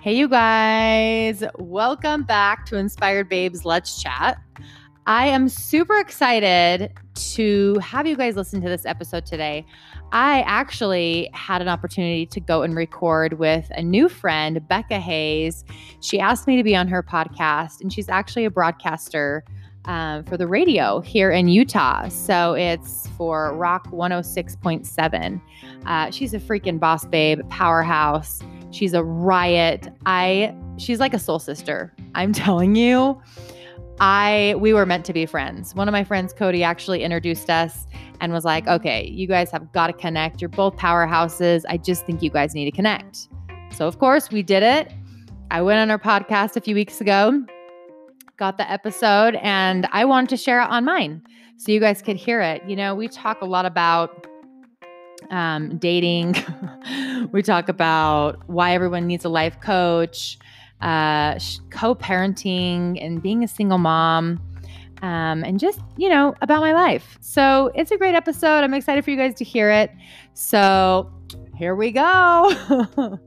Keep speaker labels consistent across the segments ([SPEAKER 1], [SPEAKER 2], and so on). [SPEAKER 1] Hey, you guys. Welcome back to Inspired Babes Let's Chat. I am super excited to have you guys listen to this episode today. I actually had an opportunity to go and record with a new friend, Becca Hayes. She asked me to be on her podcast, and she's actually a broadcaster um, for the radio here in Utah. So it's for Rock 106.7. Uh, she's a freaking boss babe, powerhouse. She's a riot. I she's like a soul sister. I'm telling you. I we were meant to be friends. One of my friends, Cody, actually introduced us and was like, "Okay, you guys have got to connect. You're both powerhouses. I just think you guys need to connect." So of course we did it. I went on her podcast a few weeks ago, got the episode, and I wanted to share it on mine so you guys could hear it. You know, we talk a lot about um, dating. we talk about why everyone needs a life coach, uh, sh- co parenting, and being a single mom, um, and just, you know, about my life. So it's a great episode. I'm excited for you guys to hear it. So here we go.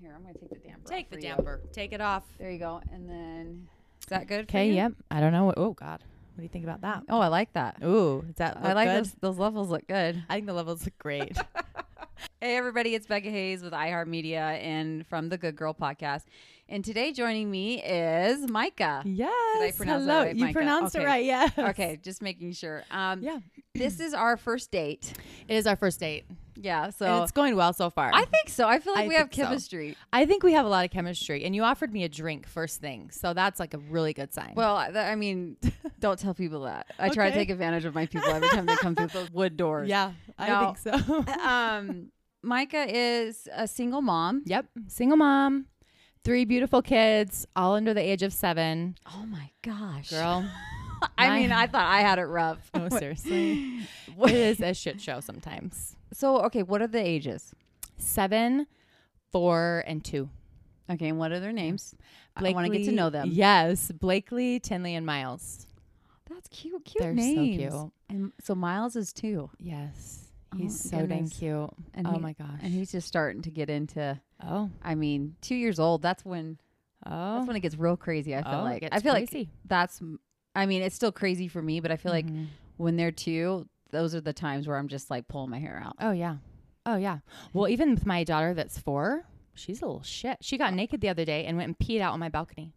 [SPEAKER 2] Here, I'm gonna take the damper.
[SPEAKER 3] Take the
[SPEAKER 2] for you.
[SPEAKER 3] damper. Take it off.
[SPEAKER 2] There you go. And then is that good? for
[SPEAKER 3] Okay,
[SPEAKER 2] you?
[SPEAKER 3] yep. I don't know. What, oh God, what do you think about that?
[SPEAKER 2] Oh, I like that.
[SPEAKER 3] Ooh, is that
[SPEAKER 2] I like those. Those levels look good.
[SPEAKER 3] I think the levels look great.
[SPEAKER 2] Hey, everybody! It's Becca Hayes with iHeartMedia and from the Good Girl Podcast. And today, joining me is Micah.
[SPEAKER 3] yes.
[SPEAKER 2] pronounce that
[SPEAKER 3] Hello.
[SPEAKER 2] right,
[SPEAKER 3] you
[SPEAKER 2] Micah?
[SPEAKER 3] pronounced
[SPEAKER 2] Okay.
[SPEAKER 3] it right. Yes.
[SPEAKER 2] Okay, just making sure. Um,
[SPEAKER 3] Yeah.
[SPEAKER 2] this is our first date.
[SPEAKER 3] It is our first date,
[SPEAKER 2] Yeah,
[SPEAKER 3] and
[SPEAKER 2] so
[SPEAKER 3] it's going well so far.
[SPEAKER 2] I think so. I feel like
[SPEAKER 3] I
[SPEAKER 2] we have
[SPEAKER 3] think so.
[SPEAKER 2] chemistry.
[SPEAKER 3] I think we have a lot of chemistry, and you offered me a drink first thing, so that's like a really good sign.
[SPEAKER 2] Well, I- I mean, don't tell people that. I try to
[SPEAKER 3] Okay.
[SPEAKER 2] take advantage of my people every time they come through those wood doors.
[SPEAKER 3] yeah, I
[SPEAKER 2] No.
[SPEAKER 3] think so.
[SPEAKER 2] um, Micah is a single mom.
[SPEAKER 3] yep. Single mom, three beautiful kids, all under the age of seven.
[SPEAKER 2] Oh my gosh. Oh,
[SPEAKER 3] Girl,
[SPEAKER 2] I
[SPEAKER 3] my-
[SPEAKER 2] mean, I thought I had it rough.
[SPEAKER 3] no, seriously, it is a shit show sometimes.
[SPEAKER 2] So, okay, what are the ages?
[SPEAKER 3] seven, four, and two.
[SPEAKER 2] Okay, and what are their names? I want to get to know them.
[SPEAKER 3] Yes, Blakely, Tinley, and Miles.
[SPEAKER 2] That's cute, cute
[SPEAKER 3] They're
[SPEAKER 2] names.
[SPEAKER 3] so
[SPEAKER 2] And so Miles is two,
[SPEAKER 3] cute. Yes,
[SPEAKER 2] Oh
[SPEAKER 3] he's
[SPEAKER 2] my
[SPEAKER 3] so dang
[SPEAKER 2] goodness.
[SPEAKER 3] cute.
[SPEAKER 2] and
[SPEAKER 3] oh
[SPEAKER 2] he-
[SPEAKER 3] my gosh.
[SPEAKER 2] and he's just starting to get into.
[SPEAKER 3] oh
[SPEAKER 2] I mean, two years old. That's when
[SPEAKER 3] oh.
[SPEAKER 2] that's when it gets real crazy. I feel
[SPEAKER 3] oh, it
[SPEAKER 2] like I
[SPEAKER 3] gets
[SPEAKER 2] feel like
[SPEAKER 3] crazy.
[SPEAKER 2] that's. I mean, it's still crazy for me, but I feel like
[SPEAKER 3] Mhm.
[SPEAKER 2] when they're two, those are the times where I'm just like pulling my hair out.
[SPEAKER 3] oh yeah, oh yeah. Well, even with my daughter that's four, she's a little shit. She got naked the other day and went and peed out on my balcony.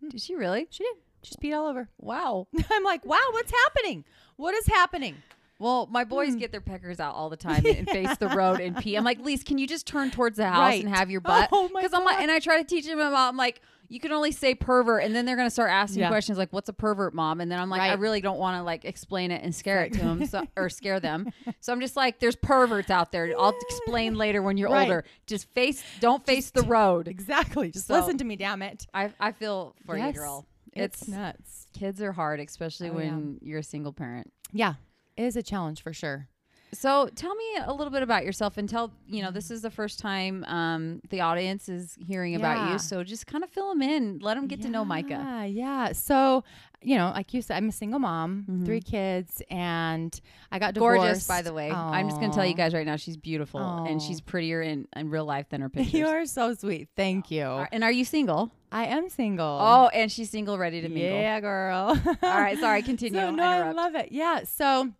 [SPEAKER 2] Did Mm. she really?
[SPEAKER 3] She did. She just peed all over.
[SPEAKER 2] Wow.
[SPEAKER 3] I'm like, wow, what's happening? What is happening?
[SPEAKER 2] Well, my boys
[SPEAKER 3] Hmm.
[SPEAKER 2] get their peckers out all the time and face the road and pee. I'm like, Lise, can you just turn towards the house and
[SPEAKER 3] Right.
[SPEAKER 2] have your butt?
[SPEAKER 3] Oh my
[SPEAKER 2] I'm like,
[SPEAKER 3] God.
[SPEAKER 2] and I try to teach them about. I'm like, you can only say pervert, and then they're gonna start asking
[SPEAKER 3] Yeah.
[SPEAKER 2] questions like, "What's a pervert, mom?" And then I'm like, I
[SPEAKER 3] Right.
[SPEAKER 2] really don't want to like explain it and scare it to them so, or scare them. So I'm just like, there's perverts out there. I'll explain later when you're
[SPEAKER 3] Right.
[SPEAKER 2] older. Just face, don't face the road.
[SPEAKER 3] Exactly. Just
[SPEAKER 2] So-
[SPEAKER 3] listen to me, damn it.
[SPEAKER 2] I I feel for
[SPEAKER 3] Yes.
[SPEAKER 2] you, girl.
[SPEAKER 3] It's,
[SPEAKER 2] It's,
[SPEAKER 3] nuts.
[SPEAKER 2] kids are hard, especially
[SPEAKER 3] Oh, yeah.
[SPEAKER 2] when you're a single parent.
[SPEAKER 3] Yeah, it is a challenge for sure.
[SPEAKER 2] So tell me a little bit about yourself and tell, you know, this is the first time um, the audience is hearing about
[SPEAKER 3] Yeah.
[SPEAKER 2] you. So just kind of fill them in, let them get to know Micah.
[SPEAKER 3] Yeah, yeah. So, you know, like you said, I'm a single mom,
[SPEAKER 2] Mhm.
[SPEAKER 3] three kids, and I got divorced.
[SPEAKER 2] Gorgeous, by the way. I'm just going to tell you
[SPEAKER 3] Aw.
[SPEAKER 2] guys right now, she's beautiful and she's
[SPEAKER 3] Aw.
[SPEAKER 2] prettier in, in real life than her pictures.
[SPEAKER 3] You are so sweet. Thank you.
[SPEAKER 2] Are- and are you single?
[SPEAKER 3] I am single.
[SPEAKER 2] Oh, and she's single, ready to mingle.
[SPEAKER 3] yeah, girl.
[SPEAKER 2] All right, sorry, continue.
[SPEAKER 3] So, no, I
[SPEAKER 2] Interrupt.
[SPEAKER 3] love it. Yeah. So,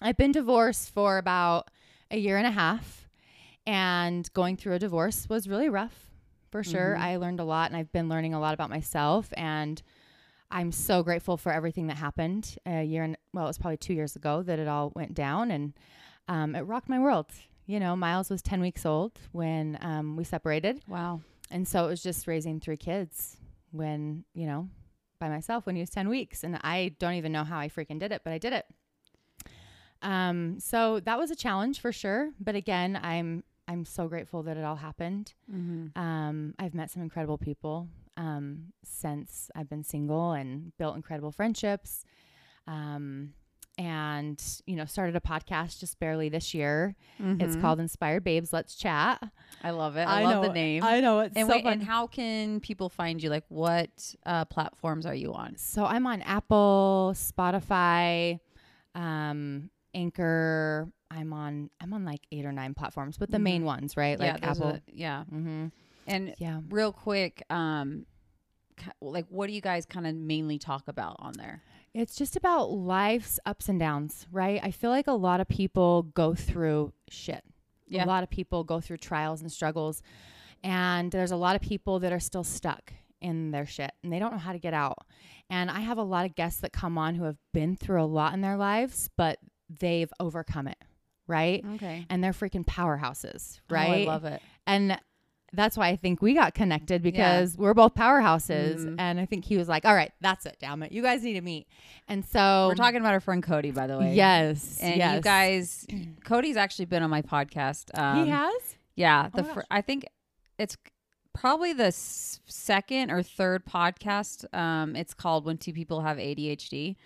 [SPEAKER 3] I've been divorced for about a year and a half, and going through a divorce was really rough for sure.
[SPEAKER 2] Mhm.
[SPEAKER 3] I learned a lot, and I've been learning a lot about myself and I'm so grateful for everything that happened a year and well, it was probably two years ago that it all went down, and um, it rocked my world. You know, Miles was 10 weeks old when um, we separated,
[SPEAKER 2] Wow.
[SPEAKER 3] and so it was just raising three kids when you know by myself when he was 10 weeks, and I don't even know how I freaking did it, but I did it. Um, so that was a challenge for sure, but again, I'm I'm so grateful that it all happened.
[SPEAKER 2] Mm-hmm.
[SPEAKER 3] Um, I've met some incredible people um, since I've been single and built incredible friendships. Um, and, you know, started a podcast just barely this year. It's called Inspired Babes Let's Chat.
[SPEAKER 2] Mm-hmm. I love it. I, love the name.
[SPEAKER 3] Mm-hmm. I know. It's
[SPEAKER 2] and
[SPEAKER 3] so
[SPEAKER 2] wait,
[SPEAKER 3] fun.
[SPEAKER 2] and how can people find you? Like, what uh, platforms are you on?
[SPEAKER 3] so I'm on Apple, Spotify, um, Anchor, I'm on I'm on like eight or nine platforms, but the main ones, right? Like
[SPEAKER 2] those are
[SPEAKER 3] Apple.
[SPEAKER 2] the- Mm-hmm. yeah.
[SPEAKER 3] mm-hmm.
[SPEAKER 2] And
[SPEAKER 3] Yeah.
[SPEAKER 2] real quick, um, ki- like what do you guys kind of mainly talk about on there?
[SPEAKER 3] It's just about life's ups and downs, right? I feel like a lot of people go through shit.
[SPEAKER 2] Yeah.
[SPEAKER 3] A lot of people go through trials and struggles. And there's a lot of people that are still stuck in their shit and they don't know how to get out. And I have a lot of guests that come on who have been through a lot in their lives, but they've overcome it, right?
[SPEAKER 2] Okay.
[SPEAKER 3] And they're freaking powerhouses,
[SPEAKER 2] Right.
[SPEAKER 3] right?
[SPEAKER 2] Oh, I love it.
[SPEAKER 3] And that's why I think we got connected because we're both powerhouses.
[SPEAKER 2] Mm-hmm.
[SPEAKER 3] And I think he was like, all right, that's it, damn it. You guys need to meet. And so
[SPEAKER 2] We're talking about our friend Cody, by the way.
[SPEAKER 3] Yes.
[SPEAKER 2] And
[SPEAKER 3] yes.
[SPEAKER 2] you guys, Cody's actually been on my podcast. Um,
[SPEAKER 3] he has?
[SPEAKER 2] Yeah. The
[SPEAKER 3] my
[SPEAKER 2] fir-
[SPEAKER 3] gosh.
[SPEAKER 2] I think it's probably the s- second or third podcast. Um, it's called When Two People Have ADHD.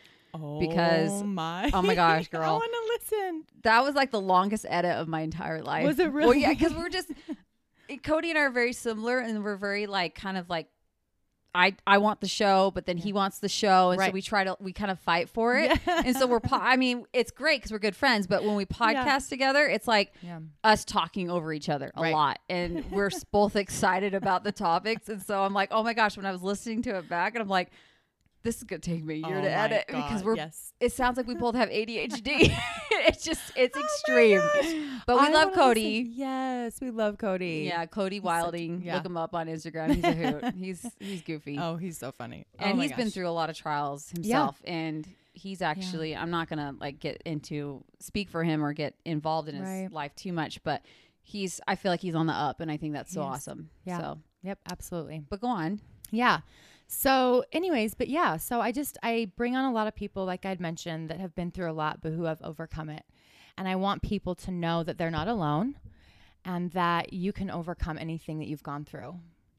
[SPEAKER 2] because-
[SPEAKER 3] my
[SPEAKER 2] oh my gosh,
[SPEAKER 3] I
[SPEAKER 2] girl.
[SPEAKER 3] want to listen.
[SPEAKER 2] That was like the longest edit of my entire life.
[SPEAKER 3] Was it
[SPEAKER 2] Well,
[SPEAKER 3] really?
[SPEAKER 2] yeah, because we're just Cody and I are very similar, and we're very like kind of like I I want the show, but then he wants the show, and so
[SPEAKER 3] Right.
[SPEAKER 2] we try to we kind of fight for it.
[SPEAKER 3] Yeah.
[SPEAKER 2] And so we're, po- I mean, it's great because we're good friends, but when we podcast together, it's like
[SPEAKER 3] Yeah.
[SPEAKER 2] us talking over each other a
[SPEAKER 3] Right.
[SPEAKER 2] lot. And we're s- both excited about the topics. And so I'm like, oh my gosh, when I was listening to it back, and I'm like, this is going to take me a year
[SPEAKER 3] Oh
[SPEAKER 2] to
[SPEAKER 3] my
[SPEAKER 2] edit because
[SPEAKER 3] God,
[SPEAKER 2] we're
[SPEAKER 3] yes.
[SPEAKER 2] it sounds like we both have ADHD. it's just it's extreme. But we
[SPEAKER 3] Oh I
[SPEAKER 2] love
[SPEAKER 3] wanna
[SPEAKER 2] Cody.
[SPEAKER 3] listen. Yes, we love Cody.
[SPEAKER 2] Yeah, Cody Wilding.
[SPEAKER 3] yeah.
[SPEAKER 2] Look him up on Instagram. He's a hoot. he's he's goofy.
[SPEAKER 3] Oh, he's so funny.
[SPEAKER 2] and
[SPEAKER 3] he's
[SPEAKER 2] he's been through a lot of trials himself and he's actually I'm not going to like get into speak for him or get involved in his
[SPEAKER 3] Right.
[SPEAKER 2] life too much, but he's I feel like he's on the up and I think that's so
[SPEAKER 3] He is.
[SPEAKER 2] awesome.
[SPEAKER 3] Yeah.
[SPEAKER 2] So,
[SPEAKER 3] Yep, absolutely.
[SPEAKER 2] but go on.
[SPEAKER 3] Yeah. So, anyways, but yeah, so I just I bring on a lot of people, like I'd mentioned, that have been through a lot, but who have overcome it, and I want people to know that they're not alone, and that you can overcome anything that you've gone through.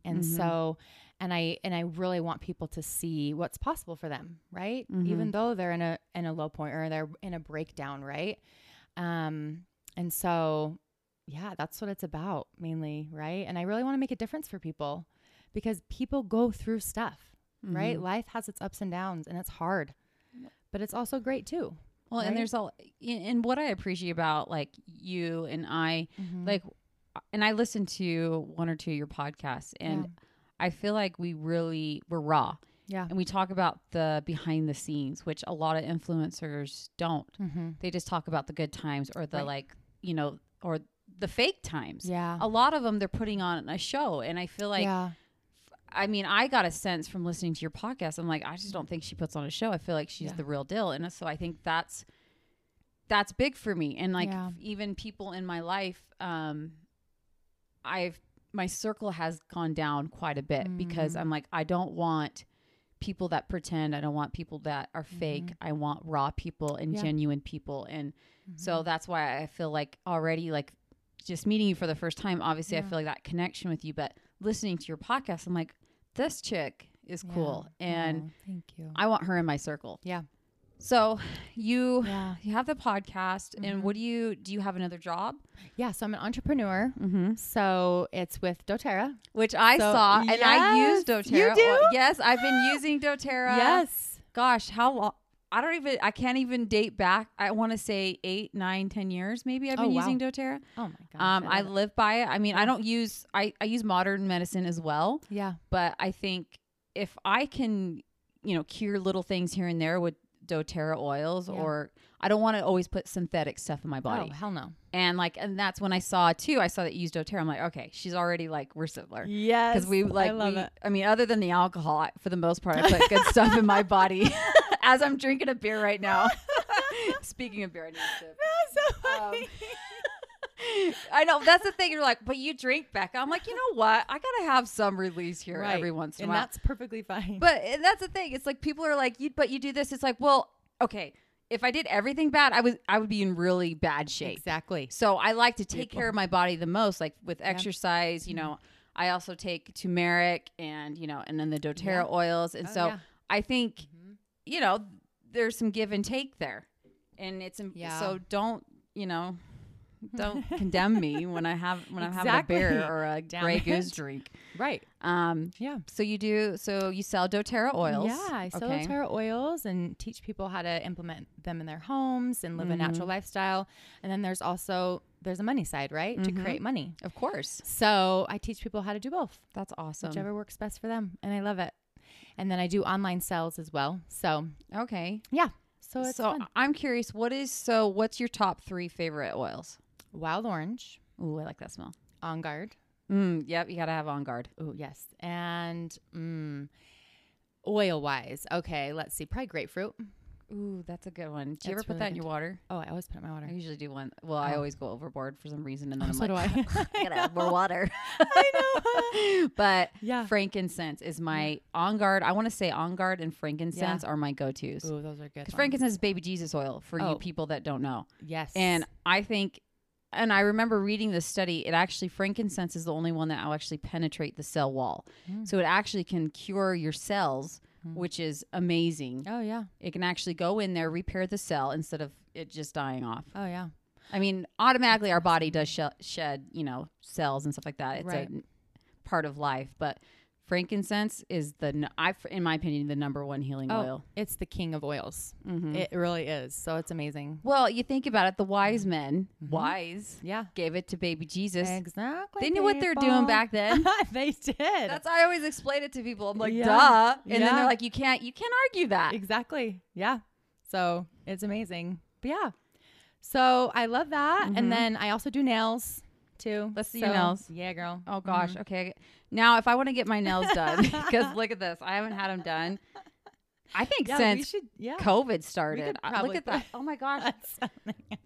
[SPEAKER 3] And so, and I and I really want people to see what's possible for them, right? Even though they're in a in a low point or they're in a breakdown, right? Um, and so, yeah, that's what it's about mainly, right? And I really want to make a difference for people because people go through stuff,
[SPEAKER 2] Mm-hmm.
[SPEAKER 3] right? Life has its ups and downs and it's hard, but it's also great too.
[SPEAKER 2] Well, and
[SPEAKER 3] right?
[SPEAKER 2] there's all and and what I appreciate about like you and I
[SPEAKER 3] Mm-hmm.
[SPEAKER 2] like and I listened to one or two of your podcasts and
[SPEAKER 3] Yeah.
[SPEAKER 2] I feel like we really we're raw
[SPEAKER 3] Yeah.
[SPEAKER 2] and we talk about the behind the scenes, which a lot of influencers don't.
[SPEAKER 3] Mm-hmm.
[SPEAKER 2] They just talk about the good times or the
[SPEAKER 3] Right.
[SPEAKER 2] like, you know, or the fake times.
[SPEAKER 3] Yeah.
[SPEAKER 2] A lot of them they're putting on a show and I feel like
[SPEAKER 3] yeah.
[SPEAKER 2] I mean, I got a sense from listening to your podcast. I'm like, I just don't think she puts on a show. I feel like she's
[SPEAKER 3] Yeah.
[SPEAKER 2] the real deal, and so I think that's that's big for me. And like
[SPEAKER 3] Yeah.
[SPEAKER 2] even people in my life, um, I've my circle has gone down quite a bit
[SPEAKER 3] Mm-hmm.
[SPEAKER 2] because I'm like, I don't want people that pretend. I don't want people that are fake. I want raw people
[SPEAKER 3] Mm-hmm.
[SPEAKER 2] and
[SPEAKER 3] Yeah. Mm-hmm.
[SPEAKER 2] genuine people. And so that's why I feel like already like just meeting you for the first time, obviously I
[SPEAKER 3] Yeah.
[SPEAKER 2] feel like that connection with you, but listening to your podcast, I'm like, this chick is
[SPEAKER 3] Yeah.
[SPEAKER 2] cool and
[SPEAKER 3] Oh, thank you.
[SPEAKER 2] I want her in my circle.
[SPEAKER 3] yeah.
[SPEAKER 2] So you
[SPEAKER 3] Yeah.
[SPEAKER 2] you have the podcast
[SPEAKER 3] Mm-hmm.
[SPEAKER 2] and what do you do you have another job?
[SPEAKER 3] Yeah. So I'm an entrepreneur.
[SPEAKER 2] Mm-hmm.
[SPEAKER 3] So it's with doTerra.
[SPEAKER 2] Which I
[SPEAKER 3] So-
[SPEAKER 2] saw and I
[SPEAKER 3] Yes,
[SPEAKER 2] used
[SPEAKER 3] you
[SPEAKER 2] doTerra.
[SPEAKER 3] do?
[SPEAKER 2] Well, yes, I've been using doTerra.
[SPEAKER 3] Yes.
[SPEAKER 2] Gosh, how long I don't even I can't even date back. I want to say eight, nine, ten years maybe I've
[SPEAKER 3] Oh,
[SPEAKER 2] been
[SPEAKER 3] wow.
[SPEAKER 2] using doTerra.
[SPEAKER 3] Oh my gosh.
[SPEAKER 2] Um, I
[SPEAKER 3] love it.
[SPEAKER 2] live by it. I mean, I don't use I, I use modern medicine as well,
[SPEAKER 3] yeah.
[SPEAKER 2] but I think if I can, you know, cure little things here and there with DoTerra oils,
[SPEAKER 3] Yeah.
[SPEAKER 2] or I don't want to always put synthetic stuff in my body.
[SPEAKER 3] Oh hell no.
[SPEAKER 2] And like, and that's when I saw too. I saw that you used DoTerra. I'm like, okay, she's already like we're similar
[SPEAKER 3] Yes.
[SPEAKER 2] because we
[SPEAKER 3] I
[SPEAKER 2] like
[SPEAKER 3] love
[SPEAKER 2] we-
[SPEAKER 3] it.
[SPEAKER 2] I mean, other than the alcohol, I- for the most part, I put good stuff in my body. As I'm drinking a beer right now. Speaking of beer, I need a sip. Um, I know that's the thing. You're like, but you drink, Becca. I'm like, you know what? I gotta have some release here every once in a
[SPEAKER 3] and
[SPEAKER 2] while.
[SPEAKER 3] that's perfectly fine.
[SPEAKER 2] but and that's the thing. It's like people are like, you, but you do this. It's like, well, okay. If I did everything bad, I was I would be in really bad shape.
[SPEAKER 3] exactly.
[SPEAKER 2] So I like to take care of my body the most, like with exercise. You
[SPEAKER 3] Mm-hmm.
[SPEAKER 2] know, I also take turmeric and you know, and then the DoTerra
[SPEAKER 3] Yeah.
[SPEAKER 2] oils. And
[SPEAKER 3] Oh,
[SPEAKER 2] so
[SPEAKER 3] yeah. Mm-hmm.
[SPEAKER 2] I think you know there's some give and take there, and it's im-
[SPEAKER 3] Yeah.
[SPEAKER 2] so don't you know Don't condemn me when I have when I'm
[SPEAKER 3] Exactly.
[SPEAKER 2] having a beer or a
[SPEAKER 3] Damn
[SPEAKER 2] Grey
[SPEAKER 3] it.
[SPEAKER 2] Goose drink.
[SPEAKER 3] Right.
[SPEAKER 2] Um,
[SPEAKER 3] Yeah.
[SPEAKER 2] so you do. So you sell DoTerra oils.
[SPEAKER 3] Yeah, I sell
[SPEAKER 2] Okay.
[SPEAKER 3] doTERRA oils and teach people how to implement them in their homes and live a
[SPEAKER 2] Mm-hmm.
[SPEAKER 3] natural lifestyle. And then there's also there's a money side, right? To
[SPEAKER 2] Mm-hmm.
[SPEAKER 3] create money.
[SPEAKER 2] Of course.
[SPEAKER 3] So I teach people how to do both,
[SPEAKER 2] That's awesome.
[SPEAKER 3] whichever works best for them, and I love it. And then I do online sales as well. So
[SPEAKER 2] Okay.
[SPEAKER 3] yeah, so it's
[SPEAKER 2] so uh,
[SPEAKER 3] fun.
[SPEAKER 2] I'm curious, what is so? What's your top three favorite oils?
[SPEAKER 3] Wild Orange,
[SPEAKER 2] Ooh, I like that smell.
[SPEAKER 3] On Guard.
[SPEAKER 2] Mm, yep, you gotta have on guard.
[SPEAKER 3] Oh yes, and mm, oil wise, okay. Let's see, probably grapefruit.
[SPEAKER 2] Ooh, that's a good one. Do you ever
[SPEAKER 3] That's
[SPEAKER 2] put
[SPEAKER 3] really
[SPEAKER 2] that in
[SPEAKER 3] good.
[SPEAKER 2] your water?
[SPEAKER 3] Oh, I always put it in my water.
[SPEAKER 2] I usually do one. Well, I
[SPEAKER 3] Oh.
[SPEAKER 2] always go overboard for some reason, and then I'm
[SPEAKER 3] so
[SPEAKER 2] like,
[SPEAKER 3] do I.
[SPEAKER 2] gotta have more water. I know. but
[SPEAKER 3] Yeah.
[SPEAKER 2] frankincense is my on guard. I want to say on guard and frankincense are my go tos.
[SPEAKER 3] Ooh, those are good.
[SPEAKER 2] Because
[SPEAKER 3] ones.
[SPEAKER 2] frankincense is baby Jesus oil for you
[SPEAKER 3] Oh.
[SPEAKER 2] people that don't know.
[SPEAKER 3] yes,
[SPEAKER 2] And I think, and I remember reading this study, it actually, frankincense is the only one that will actually penetrate the cell wall.
[SPEAKER 3] Hmm.
[SPEAKER 2] So it actually can cure your cells, which is amazing.
[SPEAKER 3] oh yeah,
[SPEAKER 2] It can actually go in there, repair the cell instead of it just dying off.
[SPEAKER 3] oh yeah.
[SPEAKER 2] I mean, automatically our body does sh- shed, you know, cells and stuff like that. It's
[SPEAKER 3] Right.
[SPEAKER 2] a n- part of life, but frankincense is the n- I f- in my opinion the number one healing oil.
[SPEAKER 3] It's the king of oils.
[SPEAKER 2] Mhm.
[SPEAKER 3] Oh, It really is. So it's amazing.
[SPEAKER 2] Well, you think about it, the wise men,
[SPEAKER 3] Mm-hmm.
[SPEAKER 2] wise,
[SPEAKER 3] Yeah.
[SPEAKER 2] gave it to baby Jesus.
[SPEAKER 3] Exactly.
[SPEAKER 2] They knew what they're doing back then.
[SPEAKER 3] they did.
[SPEAKER 2] That's how I always explain it to people. I'm like,
[SPEAKER 3] Yeah.
[SPEAKER 2] duh, and then
[SPEAKER 3] Yeah.
[SPEAKER 2] they're like, you can't, you can't argue that.
[SPEAKER 3] exactly. Yeah. So it's amazing. But yeah. So I love that. And then I also do nails too.
[SPEAKER 2] Mm-hmm. Let's do
[SPEAKER 3] so,
[SPEAKER 2] your nails.
[SPEAKER 3] Yeah, girl.
[SPEAKER 2] Oh gosh.
[SPEAKER 3] Mm-hmm.
[SPEAKER 2] Okay. Now, if I want to get my nails done, because look at this, I haven't had them done. I think
[SPEAKER 3] Yeah, we
[SPEAKER 2] since
[SPEAKER 3] should. Yeah.
[SPEAKER 2] COVID started. I- Look
[SPEAKER 3] probably
[SPEAKER 2] at that. Oh my gosh.
[SPEAKER 3] That's something.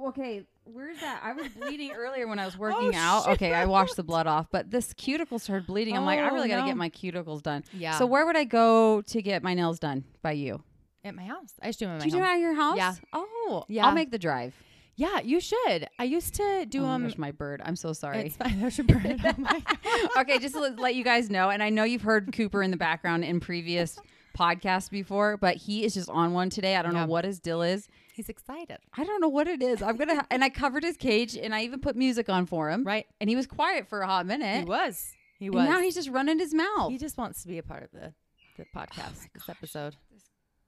[SPEAKER 2] Okay, where's that? I was bleeding earlier when I was
[SPEAKER 3] Oh,
[SPEAKER 2] working out.
[SPEAKER 3] shit.
[SPEAKER 2] Okay, I washed the blood off, but this cuticle started bleeding. I'm like, I
[SPEAKER 3] Oh,
[SPEAKER 2] really got to
[SPEAKER 3] no.
[SPEAKER 2] get my cuticles done.
[SPEAKER 3] Yeah.
[SPEAKER 2] So where would I go to get my nails done by you?
[SPEAKER 3] At my house. I just do them at my
[SPEAKER 2] Do you do it
[SPEAKER 3] home.
[SPEAKER 2] out of your house?
[SPEAKER 3] Yeah.
[SPEAKER 2] Oh, yeah.
[SPEAKER 3] Yeah.
[SPEAKER 2] I'll make the drive.
[SPEAKER 3] yeah, you should. I used to do
[SPEAKER 2] Oh my
[SPEAKER 3] them.
[SPEAKER 2] gosh, my bird. I'm so sorry.
[SPEAKER 3] It's fine. I should burn it. Oh my God.
[SPEAKER 2] okay, just to let- let you guys know, and I know you've heard Cooper in the background in previous podcasts before, but he is just on one today. I don't
[SPEAKER 3] Yeah.
[SPEAKER 2] know what his deal is.
[SPEAKER 3] He's excited.
[SPEAKER 2] I don't know what it is. I'm gonna ha- and I covered his cage and I even put music on for him.
[SPEAKER 3] Right.
[SPEAKER 2] And he was quiet for a hot minute.
[SPEAKER 3] He was. He was.
[SPEAKER 2] And now he's just running his mouth.
[SPEAKER 3] He just wants to be a part of the,
[SPEAKER 2] Oh
[SPEAKER 3] the podcast, this episode.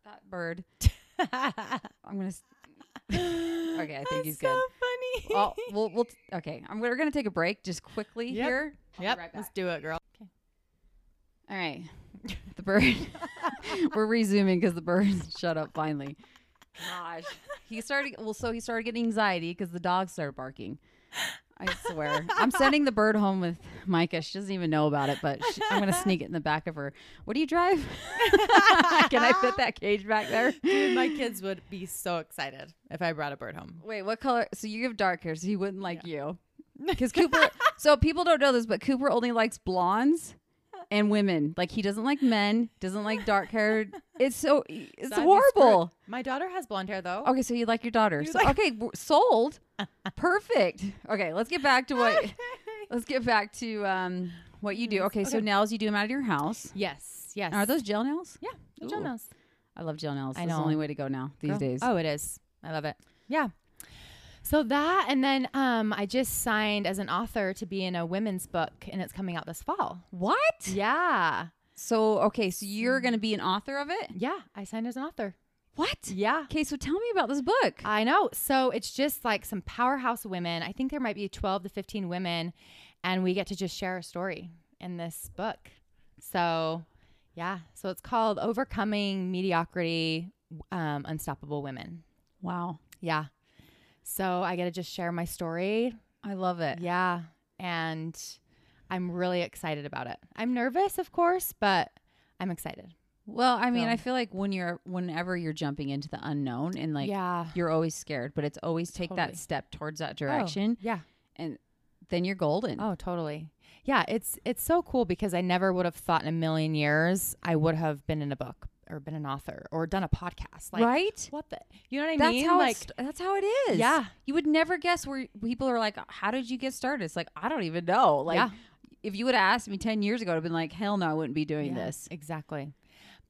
[SPEAKER 2] that bird.
[SPEAKER 3] I
[SPEAKER 2] I'm gonna. s- Okay, I think he's
[SPEAKER 3] so
[SPEAKER 2] good.
[SPEAKER 3] funny.
[SPEAKER 2] Well, we'll, we'll t- okay. I'm we're gonna take a break just quickly
[SPEAKER 3] Yep.
[SPEAKER 2] here. I'll be
[SPEAKER 3] yep,
[SPEAKER 2] right
[SPEAKER 3] let's
[SPEAKER 2] back.
[SPEAKER 3] do it, girl.
[SPEAKER 2] All right. The bird. we're resuming because the bird shut up finally. Gosh, he started. Well, so he started getting anxiety because the dog started barking. I swear, I'm sending the bird home with Micah. She doesn't even know about it, but she, I'm gonna sneak it in the back of her. What do you drive? Can I fit that cage back there?
[SPEAKER 3] Dude, my kids would be so excited if I brought a bird home.
[SPEAKER 2] Wait, what color? So you have dark hair, so he wouldn't like you. Because Cooper, so people don't know this, but Cooper only likes blondes and women. Like he doesn't like men, doesn't like dark hair. It's so, e, it's
[SPEAKER 3] So I'd be
[SPEAKER 2] horrible.
[SPEAKER 3] screwed. My daughter has blonde hair though.
[SPEAKER 2] Okay, so you like your daughter. So, okay, w- sold. Perfect. Okay, let's get back to what, let's get back to um, what you do. Okay, so
[SPEAKER 3] Okay.
[SPEAKER 2] nails, you do them out of your house.
[SPEAKER 3] Yes, yes.
[SPEAKER 2] Are those gel nails?
[SPEAKER 3] Yeah, the gel
[SPEAKER 2] Ooh.
[SPEAKER 3] nails.
[SPEAKER 2] I love gel nails.
[SPEAKER 3] I
[SPEAKER 2] I uh, It's the
[SPEAKER 3] know.
[SPEAKER 2] only way to go now these
[SPEAKER 3] girl.
[SPEAKER 2] days.
[SPEAKER 3] Oh, it is. I love it. Yeah. So that and then um I just signed as an author to be in a women's book and it's coming out this fall.
[SPEAKER 2] What?
[SPEAKER 3] Yeah.
[SPEAKER 2] So, okay, so you're going to be an author of it?
[SPEAKER 3] Yeah, I signed as an author.
[SPEAKER 2] What?
[SPEAKER 3] Yeah.
[SPEAKER 2] Okay, so tell me about this book.
[SPEAKER 3] I know. So it's just like some powerhouse women. I think there might be 12 to 15 women, and we get to just share a story in this book. So, yeah. So it's called Overcoming Mediocrity, um, Unstoppable Women.
[SPEAKER 2] Wow.
[SPEAKER 3] Yeah. So I get to just share my story.
[SPEAKER 2] I love it.
[SPEAKER 3] Yeah. And I'm really excited about it. I'm nervous, of course, but I'm excited.
[SPEAKER 2] Well, I mean,
[SPEAKER 3] So-
[SPEAKER 2] I feel like when you're whenever you're jumping into the unknown and like
[SPEAKER 3] yeah.
[SPEAKER 2] you're always scared, but it's always take
[SPEAKER 3] Totally.
[SPEAKER 2] that step towards that
[SPEAKER 3] Oh,
[SPEAKER 2] direction
[SPEAKER 3] yeah.
[SPEAKER 2] and then you're golden.
[SPEAKER 3] Oh, totally. Yeah, it's it's so cool because I never would have thought in a million years I would have been in a book or been an author or done a podcast. Like
[SPEAKER 2] right?
[SPEAKER 3] what the you know what I
[SPEAKER 2] That's
[SPEAKER 3] mean?
[SPEAKER 2] how
[SPEAKER 3] like
[SPEAKER 2] it's, that's how it is.
[SPEAKER 3] Yeah.
[SPEAKER 2] You would never guess where people are like, "How did you get started?" It's like, "I don't even know." Like
[SPEAKER 3] Yeah.
[SPEAKER 2] if you would have asked me 10 years ago, I'd have been like, "Hell no, I wouldn't be doing
[SPEAKER 3] Yeah,
[SPEAKER 2] this."
[SPEAKER 3] Exactly.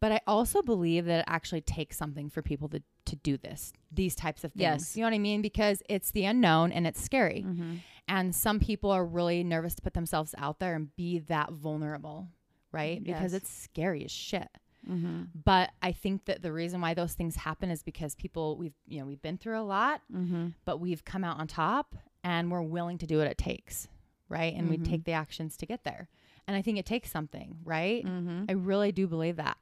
[SPEAKER 3] But I also believe that it actually takes something for people to to do this. these types of things.
[SPEAKER 2] Yes.
[SPEAKER 3] You know what I mean? Because it's the unknown and it's scary.
[SPEAKER 2] Mm-hmm.
[SPEAKER 3] And some people are really nervous to put themselves out there and be that vulnerable, right? Because
[SPEAKER 2] Mm-hmm. Yes.
[SPEAKER 3] it's scary as shit.
[SPEAKER 2] Mm-hmm.
[SPEAKER 3] But I think that the reason why those things happen is because people we've you know, we've been through a lot,
[SPEAKER 2] Mm-hmm.
[SPEAKER 3] but we've come out on top and we're willing to do what it takes, right? And
[SPEAKER 2] Mhm.
[SPEAKER 3] we take the actions to get there. And I think it takes something, right?
[SPEAKER 2] Mm-hmm.
[SPEAKER 3] I really do believe that.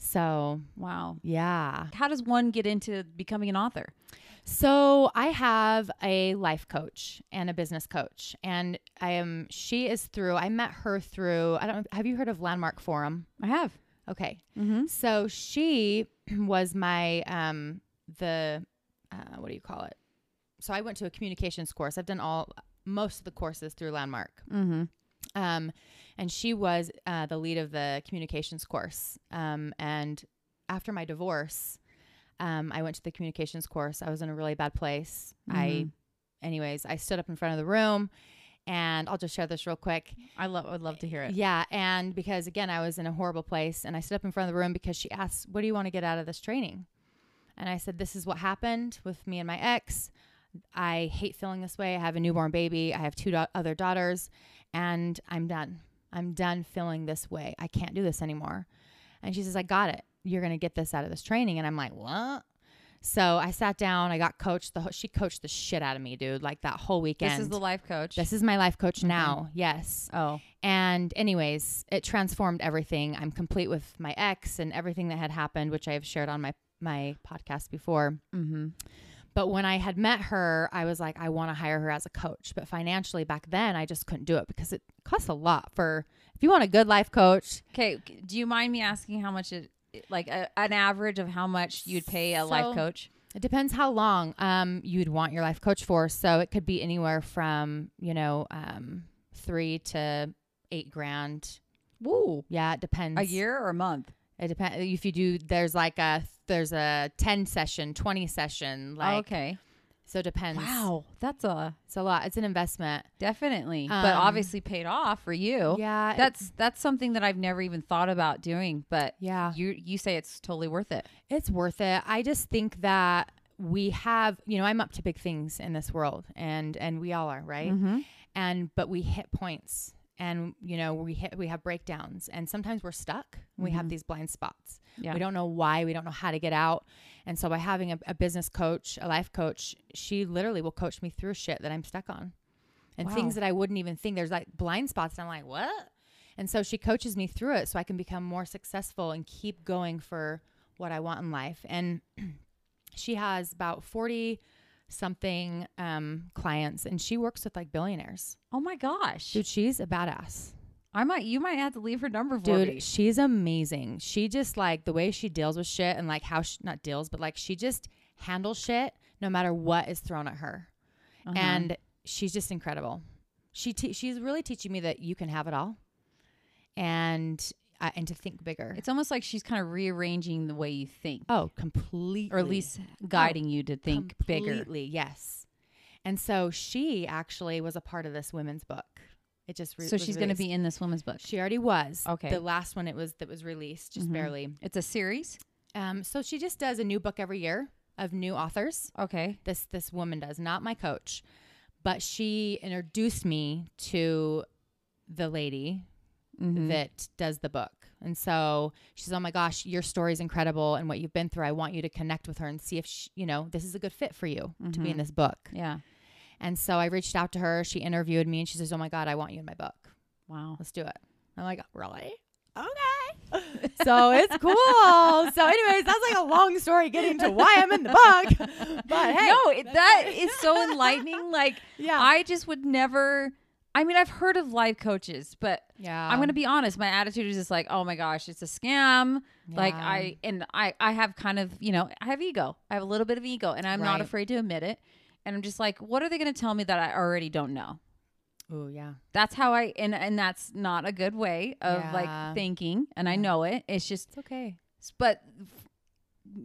[SPEAKER 3] So,
[SPEAKER 2] Wow.
[SPEAKER 3] yeah.
[SPEAKER 2] How does one get into becoming an author?
[SPEAKER 3] So I have a life coach and a business coach, and I am. She is through. I met her through. I don't. Have you heard of Landmark Forum?
[SPEAKER 2] I have.
[SPEAKER 3] Okay,
[SPEAKER 2] Mm-hmm.
[SPEAKER 3] so she was my um the uh, what do you call it? So I went to a communications course. I've done all most of the courses through Landmark.
[SPEAKER 2] Mm-hmm.
[SPEAKER 3] Um, and she was uh, the lead of the communications course. Um, and after my divorce, um, I went to the communications course. I was in a really bad place. I,
[SPEAKER 2] Mhm.
[SPEAKER 3] anyways, I stood up in front of the room, and I'll just share this real quick.
[SPEAKER 2] I love. I would love to hear it.
[SPEAKER 3] Yeah, and because again, I was in a horrible place, and I stood up in front of the room because she asked, "What do you want to get out of this training?" And I said, "This is what happened with me and my ex. I hate feeling this way. I have a newborn baby. I have two da- other daughters, and I'm done. I'm done feeling this way. I can't do this anymore." And she says, "I got it. You're gonna get this out of this training." And I'm like, "What?" So I sat down. I got coached. The whole, she coached the shit out of me, dude. Like that whole weekend.
[SPEAKER 2] This is the Mm-hmm. life coach.
[SPEAKER 3] this is my life coach now. Yes.
[SPEAKER 2] oh.
[SPEAKER 3] And, anyways, it transformed everything. I'm complete with my ex and everything that had happened, which I have shared on my my podcast before.
[SPEAKER 2] Mm-hmm.
[SPEAKER 3] But when I had met her, I was like, I want to hire her as a coach. But financially, back then, I just couldn't do it because it costs a lot for if you want a good life coach.
[SPEAKER 2] Okay. Do you mind me asking how much it, like a, an average of how much you'd pay a life
[SPEAKER 3] So-
[SPEAKER 2] coach?
[SPEAKER 3] It depends how long um, you'd want your life coach for. So it could be anywhere from you know um, three to eight grand.
[SPEAKER 2] Woo.
[SPEAKER 3] Yeah, it depends
[SPEAKER 2] A year or a month?
[SPEAKER 3] It depends if you do. There's like a there's a ten session, twenty session. Like
[SPEAKER 2] Oh, okay.
[SPEAKER 3] so, it depends.
[SPEAKER 2] Wow. That's a
[SPEAKER 3] it's a lot. It's an investment.
[SPEAKER 2] definitely, but
[SPEAKER 3] Um,
[SPEAKER 2] obviously paid off for you.
[SPEAKER 3] Yeah, that's
[SPEAKER 2] That's that's something that I've never even thought about doing, but
[SPEAKER 3] yeah,
[SPEAKER 2] you you say it's totally worth it.
[SPEAKER 3] it's worth it. I just think that we have, you know, I'm up to big things in this world, and and we all are, right?
[SPEAKER 2] Mm-hmm.
[SPEAKER 3] And but we hit points, and you know, we hit we have breakdowns, and sometimes we're stuck. We have these blind spots.
[SPEAKER 2] Yeah.
[SPEAKER 3] We don't know why. We don't know how to get out. And so by having a, a business coach, a life coach, she literally will coach me through shit that I'm stuck on and
[SPEAKER 2] Wow.
[SPEAKER 3] things that I wouldn't even think. There's like blind spots. And I'm like, what? And so she coaches me through it so I can become more successful and keep going for what I want in life. And she has about 40 something um, clients and she works with like billionaires.
[SPEAKER 2] oh my gosh.
[SPEAKER 3] Dude, she's a badass.
[SPEAKER 2] I might you might have to leave her number for
[SPEAKER 3] Dude,
[SPEAKER 2] me.
[SPEAKER 3] she's amazing. She just like the way she deals with shit and like how she not deals, but like she just handles shit no matter what is thrown at her.
[SPEAKER 2] Uh-huh.
[SPEAKER 3] And she's just incredible. She te- she's really teaching me that you can have it all, and uh, and to think bigger.
[SPEAKER 2] it's almost like she's kind of rearranging the way you think.
[SPEAKER 3] oh, completely,
[SPEAKER 2] or at least guiding you to think bigger.
[SPEAKER 3] Oh, Completely, yes. And so she actually was a part of this women's book. It just re-
[SPEAKER 2] So
[SPEAKER 3] was
[SPEAKER 2] she's going to
[SPEAKER 3] released.
[SPEAKER 2] be in this woman's book.
[SPEAKER 3] She already was.
[SPEAKER 2] Okay.
[SPEAKER 3] The last one it was that was released, just
[SPEAKER 2] Mhm.
[SPEAKER 3] barely.
[SPEAKER 2] It's a series.
[SPEAKER 3] Um, so she just does a new book every year of new authors.
[SPEAKER 2] Okay.
[SPEAKER 3] This this woman does, not my coach, but she introduced me to the lady
[SPEAKER 2] Mhm.
[SPEAKER 3] that does the book. And so she says, "Oh my gosh, your story's incredible, and what you've been through. I want you to connect with her and see if she, you know this is a good fit for you to be in this book."
[SPEAKER 2] yeah.
[SPEAKER 3] And so I reached out to her. She interviewed me, and she says, "Oh my god, I want you in my book.
[SPEAKER 2] Wow.
[SPEAKER 3] Let's do it." I'm like, "Really?" Okay. so it's cool. So, anyways, that's like a long story getting to why I'm in the book. But hey,
[SPEAKER 2] no, it, that is so enlightening. Like
[SPEAKER 3] yeah,
[SPEAKER 2] I just would never. I mean, I've heard of life coaches, but
[SPEAKER 3] yeah.
[SPEAKER 2] I'm going to be honest. My attitude is just like, oh my gosh, it's a scam. Like
[SPEAKER 3] Yeah.
[SPEAKER 2] I and I, I have kind of you know I have ego. I have a little bit of ego, and I'm not
[SPEAKER 3] Right.
[SPEAKER 2] afraid to admit it. And I'm just like, what are they going to tell me that I already don't know?
[SPEAKER 3] Oh yeah,
[SPEAKER 2] That's how I and and that's not a good way of
[SPEAKER 3] Yeah.
[SPEAKER 2] like thinking. And I
[SPEAKER 3] Yeah.
[SPEAKER 2] know it. It's just
[SPEAKER 3] it's okay.
[SPEAKER 2] but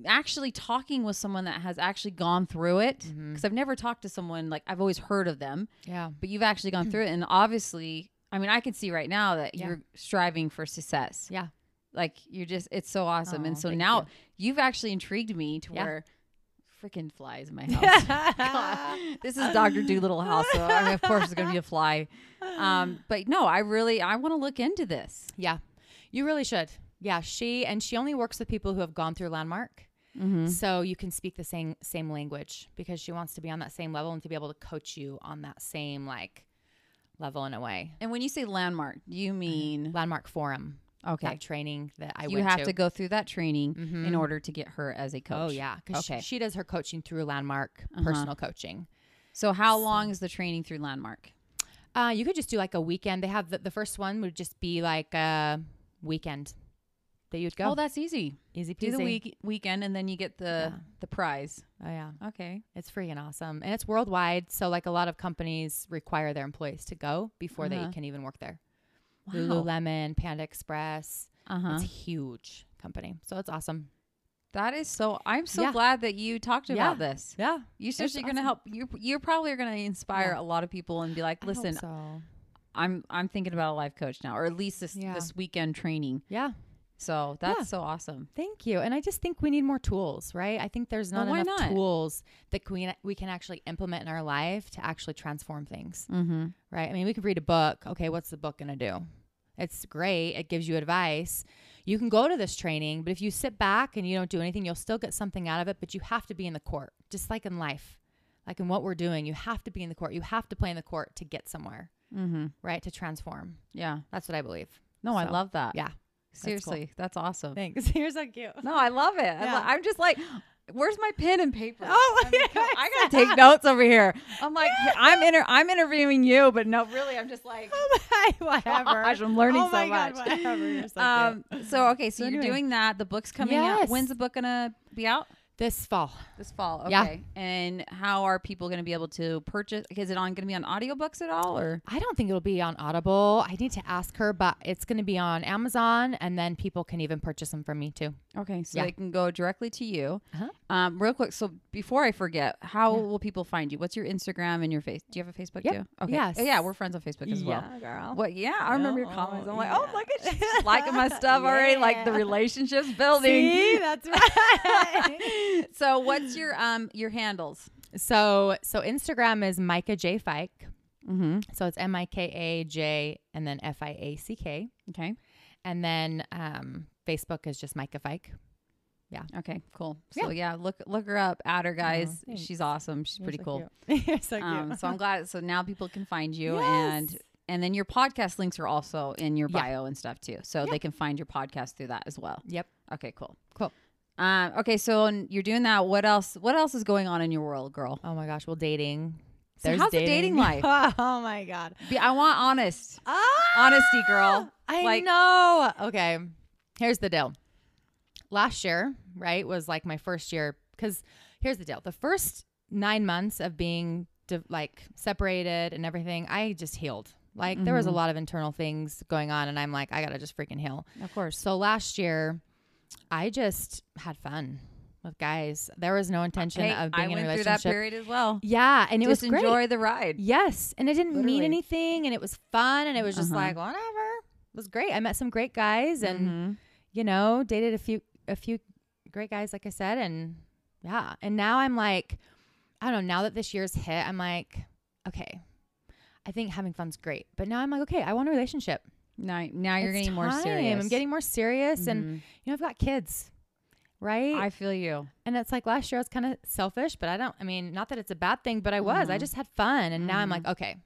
[SPEAKER 2] actually talking with someone that has actually gone through it because
[SPEAKER 3] Mhm.
[SPEAKER 2] I've never talked to someone like I've always heard of them,
[SPEAKER 3] Yeah,
[SPEAKER 2] but you've actually gone through it, and obviously, I mean, I can see right now that
[SPEAKER 3] Yeah.
[SPEAKER 2] you're striving for success.
[SPEAKER 3] Yeah.
[SPEAKER 2] like you're just it's so awesome, and
[SPEAKER 3] Aw,
[SPEAKER 2] so
[SPEAKER 3] thank
[SPEAKER 2] now you. have actually intrigued me to
[SPEAKER 3] Yeah.
[SPEAKER 2] where freaking flies in my house. God. this is Doctor Doolittle house, so I mean, of course it's gonna be a fly. Um, but no, I really I want to look into this.
[SPEAKER 3] Yeah. You really should. Yeah, she and she only works with people who have gone through landmark.
[SPEAKER 2] Mm-hmm.
[SPEAKER 3] So you can speak the same same language because she wants to be on that same level and to be able to coach you on that same like level in a way.
[SPEAKER 2] And when you say landmark, you mean
[SPEAKER 3] Landmark forum.
[SPEAKER 2] okay,
[SPEAKER 3] That training that Mm-hmm. I
[SPEAKER 2] you
[SPEAKER 3] went Mm-hmm.
[SPEAKER 2] have to. go through that training in order to get her as a
[SPEAKER 3] Oh
[SPEAKER 2] coach.
[SPEAKER 3] yeah, because
[SPEAKER 2] Okay. Uh-huh.
[SPEAKER 3] she, does her coaching through Landmark personal coaching.
[SPEAKER 2] So how long is the training through Landmark?
[SPEAKER 3] Uh, you could just do like a weekend. They have the, the first one would just be like a weekend that you'd go.
[SPEAKER 2] Oh, that's easy.
[SPEAKER 3] Easy peasy.
[SPEAKER 2] Do the week weekend and then you get the the prize.
[SPEAKER 3] Oh yeah,
[SPEAKER 2] Okay.
[SPEAKER 3] it's freaking awesome, and it's worldwide. So like a lot of companies require their employees to go before
[SPEAKER 2] Uh-huh.
[SPEAKER 3] they can even work there.
[SPEAKER 2] Wow.
[SPEAKER 3] Lululemon, Panda Express.
[SPEAKER 2] Uh-huh.
[SPEAKER 3] It's a huge company, so it's awesome.
[SPEAKER 2] That is so I'm so
[SPEAKER 3] Yeah.
[SPEAKER 2] glad that you talked
[SPEAKER 3] Yeah.
[SPEAKER 2] about this.
[SPEAKER 3] Yeah,
[SPEAKER 2] You
[SPEAKER 3] It's
[SPEAKER 2] seriously going to
[SPEAKER 3] awesome.
[SPEAKER 2] help you you're probably are going to inspire
[SPEAKER 3] Yeah.
[SPEAKER 2] a lot of people and be like, "Listen, I'm I'm thinking about a life coach now or at least this
[SPEAKER 3] Yeah.
[SPEAKER 2] this weekend training."
[SPEAKER 3] Yeah,
[SPEAKER 2] So, that's
[SPEAKER 3] Yeah.
[SPEAKER 2] so awesome.
[SPEAKER 3] thank you. And I just think we need more tools, right? I think there's
[SPEAKER 2] Well,
[SPEAKER 3] not
[SPEAKER 2] why
[SPEAKER 3] enough
[SPEAKER 2] not?
[SPEAKER 3] tools that we we can actually implement in our life to actually transform things,
[SPEAKER 2] Mhm.
[SPEAKER 3] right? I mean, we could read a book. Okay, what's the book gonna do? It's great. It gives you advice. You can go to this training, but if you sit back and you don't do anything, you'll still get something out of it. But you have to be in the court, just like in life, like in what we're doing. You have to be in the court. You have to play in the court to get somewhere.
[SPEAKER 2] Mhm.
[SPEAKER 3] right? To transform.
[SPEAKER 2] Yeah.
[SPEAKER 3] That's what I believe.
[SPEAKER 2] No, I
[SPEAKER 3] So,
[SPEAKER 2] love that.
[SPEAKER 3] Yeah. cool.
[SPEAKER 2] Seriously, that's awesome.
[SPEAKER 3] Thanks. Here's so cute.
[SPEAKER 2] No, I love it. I
[SPEAKER 3] Yeah.
[SPEAKER 2] lo- I'm just like, where's my pen and paper?
[SPEAKER 3] Oh,
[SPEAKER 2] I, mean, come on,
[SPEAKER 3] yes.
[SPEAKER 2] I gotta take notes over here. I'm like, I'm inter- I'm interviewing you, but no, really, I'm just like,
[SPEAKER 3] Oh my, whatever.
[SPEAKER 2] gosh, I'm learning
[SPEAKER 3] oh
[SPEAKER 2] so
[SPEAKER 3] my
[SPEAKER 2] much.
[SPEAKER 3] God, whatever. You're so cute.
[SPEAKER 2] um, so okay, so,
[SPEAKER 3] So
[SPEAKER 2] you're
[SPEAKER 3] anyway.
[SPEAKER 2] doing that. The book's coming out.
[SPEAKER 3] Yes.
[SPEAKER 2] When's the book gonna be out?
[SPEAKER 3] This fall.
[SPEAKER 2] This fall. Okay.
[SPEAKER 3] Yeah.
[SPEAKER 2] And how are people gonna be able to purchase? Is it on gonna be on audiobooks at all, or
[SPEAKER 3] I don't think it'll be on Audible. I need to ask her, but it's going to be on Amazon, and then people can even purchase them from me too.
[SPEAKER 2] okay, so
[SPEAKER 3] Yeah.
[SPEAKER 2] they can go directly to you.
[SPEAKER 3] Uh-huh.
[SPEAKER 2] Um, real quick. So before I forget, how will people find you? What's your Instagram and your face? Do you have a Facebook
[SPEAKER 3] Yep.
[SPEAKER 2] too? Okay. Oh,
[SPEAKER 3] Yes.
[SPEAKER 2] Yeah, we're friends on Facebook as well.
[SPEAKER 3] girl.
[SPEAKER 2] Well, yeah, I remember your comments.
[SPEAKER 3] Oh,
[SPEAKER 2] I'm like, oh,
[SPEAKER 3] yeah.
[SPEAKER 2] look at she's just liking my stuff already, like the
[SPEAKER 3] Yeah.
[SPEAKER 2] relationships building.
[SPEAKER 3] See, that's right.
[SPEAKER 2] so, what's your um your handles?
[SPEAKER 3] so, so Instagram is Micah J Fike.
[SPEAKER 2] Mm-hmm.
[SPEAKER 3] So it's M I K A J and then F I A C K,
[SPEAKER 2] Okay.
[SPEAKER 3] and then um, Facebook is just Micah Fike.
[SPEAKER 2] Okay. Cool. So yeah. look look her up, add her guys.
[SPEAKER 3] Uh-huh. thanks.
[SPEAKER 2] she's awesome. She's
[SPEAKER 3] You're
[SPEAKER 2] pretty
[SPEAKER 3] so
[SPEAKER 2] cool.
[SPEAKER 3] cute. You're so cute.
[SPEAKER 2] Um, so I'm glad. So now people can find you and
[SPEAKER 3] Yes.
[SPEAKER 2] and then your podcast links are also in your
[SPEAKER 3] Yeah.
[SPEAKER 2] bio and stuff too, so they can find your podcast through that as well.
[SPEAKER 3] Yep.
[SPEAKER 2] Okay. Cool.
[SPEAKER 3] Cool.
[SPEAKER 2] Um, okay. So and you're doing that. What else? What else is going on in your world, girl?
[SPEAKER 3] Oh my gosh, well, dating.
[SPEAKER 2] So how's the dating life?
[SPEAKER 3] oh my god.
[SPEAKER 2] Be, I want honest.
[SPEAKER 3] Ah,
[SPEAKER 2] honesty, girl.
[SPEAKER 3] I
[SPEAKER 2] Like-
[SPEAKER 3] know. Okay, here's the deal. Last year, right, was like my first year because here's the deal. The first nine months of being di- like separated and everything, I just healed. Like there
[SPEAKER 2] Mm-hmm.
[SPEAKER 3] was a lot of internal things going on, and I'm like, I gotta just freaking heal.
[SPEAKER 2] Of course.
[SPEAKER 3] So last year, I just had fun with guys. There was no intention
[SPEAKER 2] Hey,
[SPEAKER 3] of
[SPEAKER 2] I
[SPEAKER 3] uh, being in a
[SPEAKER 2] went through
[SPEAKER 3] relationship.
[SPEAKER 2] that period as well.
[SPEAKER 3] Yeah, and it
[SPEAKER 2] Just
[SPEAKER 3] was great.
[SPEAKER 2] enjoy the ride.
[SPEAKER 3] Yes, and it didn't mean
[SPEAKER 2] Literally.
[SPEAKER 3] anything, and it was fun, and it was just
[SPEAKER 2] Uh-huh.
[SPEAKER 3] like whatever. It was great. I met some great guys, and
[SPEAKER 2] Mhm.
[SPEAKER 3] you know, dated a few a few great guys, like I said, and yeah. And now I'm like, I don't know. Now that this year's hit, I'm like, okay, I think having fun's great, but now I'm like, okay, I want a relationship.
[SPEAKER 2] now, now you're
[SPEAKER 3] It's
[SPEAKER 2] getting more
[SPEAKER 3] time.
[SPEAKER 2] serious. Mm-hmm.
[SPEAKER 3] I'm getting more serious, and you know, I've got kids, right?
[SPEAKER 2] Mhm. I feel you.
[SPEAKER 3] And it's like last year I was kind of selfish, but I don't, I mean, not that it's a bad thing, but I was.
[SPEAKER 2] Mm-hmm.
[SPEAKER 3] I just had fun. And now I'm like, okay,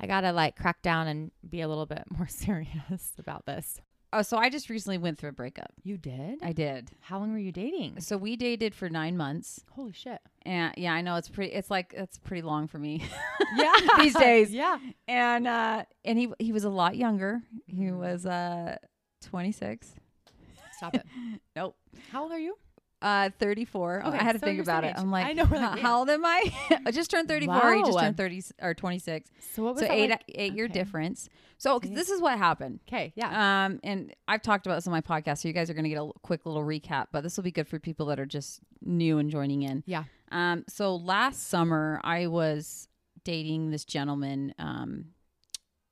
[SPEAKER 3] I got to like crack down and be a little bit more serious about this.
[SPEAKER 2] Oh, so I just recently went through a breakup.
[SPEAKER 3] You did?
[SPEAKER 2] I did.
[SPEAKER 3] How long were you dating?
[SPEAKER 2] So we dated for nine months,
[SPEAKER 3] Holy shit.
[SPEAKER 2] and yeah, I know it's pretty. It's like it's pretty long for me.
[SPEAKER 3] Yeah.
[SPEAKER 2] These days.
[SPEAKER 3] Yeah.
[SPEAKER 2] and uh, and he he was a lot younger. He
[SPEAKER 3] Mm-hmm.
[SPEAKER 2] was uh 26.
[SPEAKER 3] Stop it.
[SPEAKER 2] Nope.
[SPEAKER 3] How old are you?
[SPEAKER 2] Uh, 34.
[SPEAKER 3] Okay,
[SPEAKER 2] I had to
[SPEAKER 3] so
[SPEAKER 2] think
[SPEAKER 3] you're
[SPEAKER 2] about
[SPEAKER 3] same age.
[SPEAKER 2] it. I'm like,
[SPEAKER 3] I know, we're like,
[SPEAKER 2] "Huh,
[SPEAKER 3] yeah."
[SPEAKER 2] how old am I? I just turned 34. He just
[SPEAKER 3] Wow.
[SPEAKER 2] turned 30 or 26.
[SPEAKER 3] So what was
[SPEAKER 2] So
[SPEAKER 3] that
[SPEAKER 2] eight
[SPEAKER 3] like?
[SPEAKER 2] eight year
[SPEAKER 3] okay.
[SPEAKER 2] difference. So 'cause
[SPEAKER 3] See?
[SPEAKER 2] this is what happened.
[SPEAKER 3] Okay. Yeah.
[SPEAKER 2] Um, and I've talked about this on my podcast, so you guys are going to get a l- quick little recap, but this will be good for people that are just new and joining in.
[SPEAKER 3] yeah.
[SPEAKER 2] Um, so last summer, I was dating this gentleman um,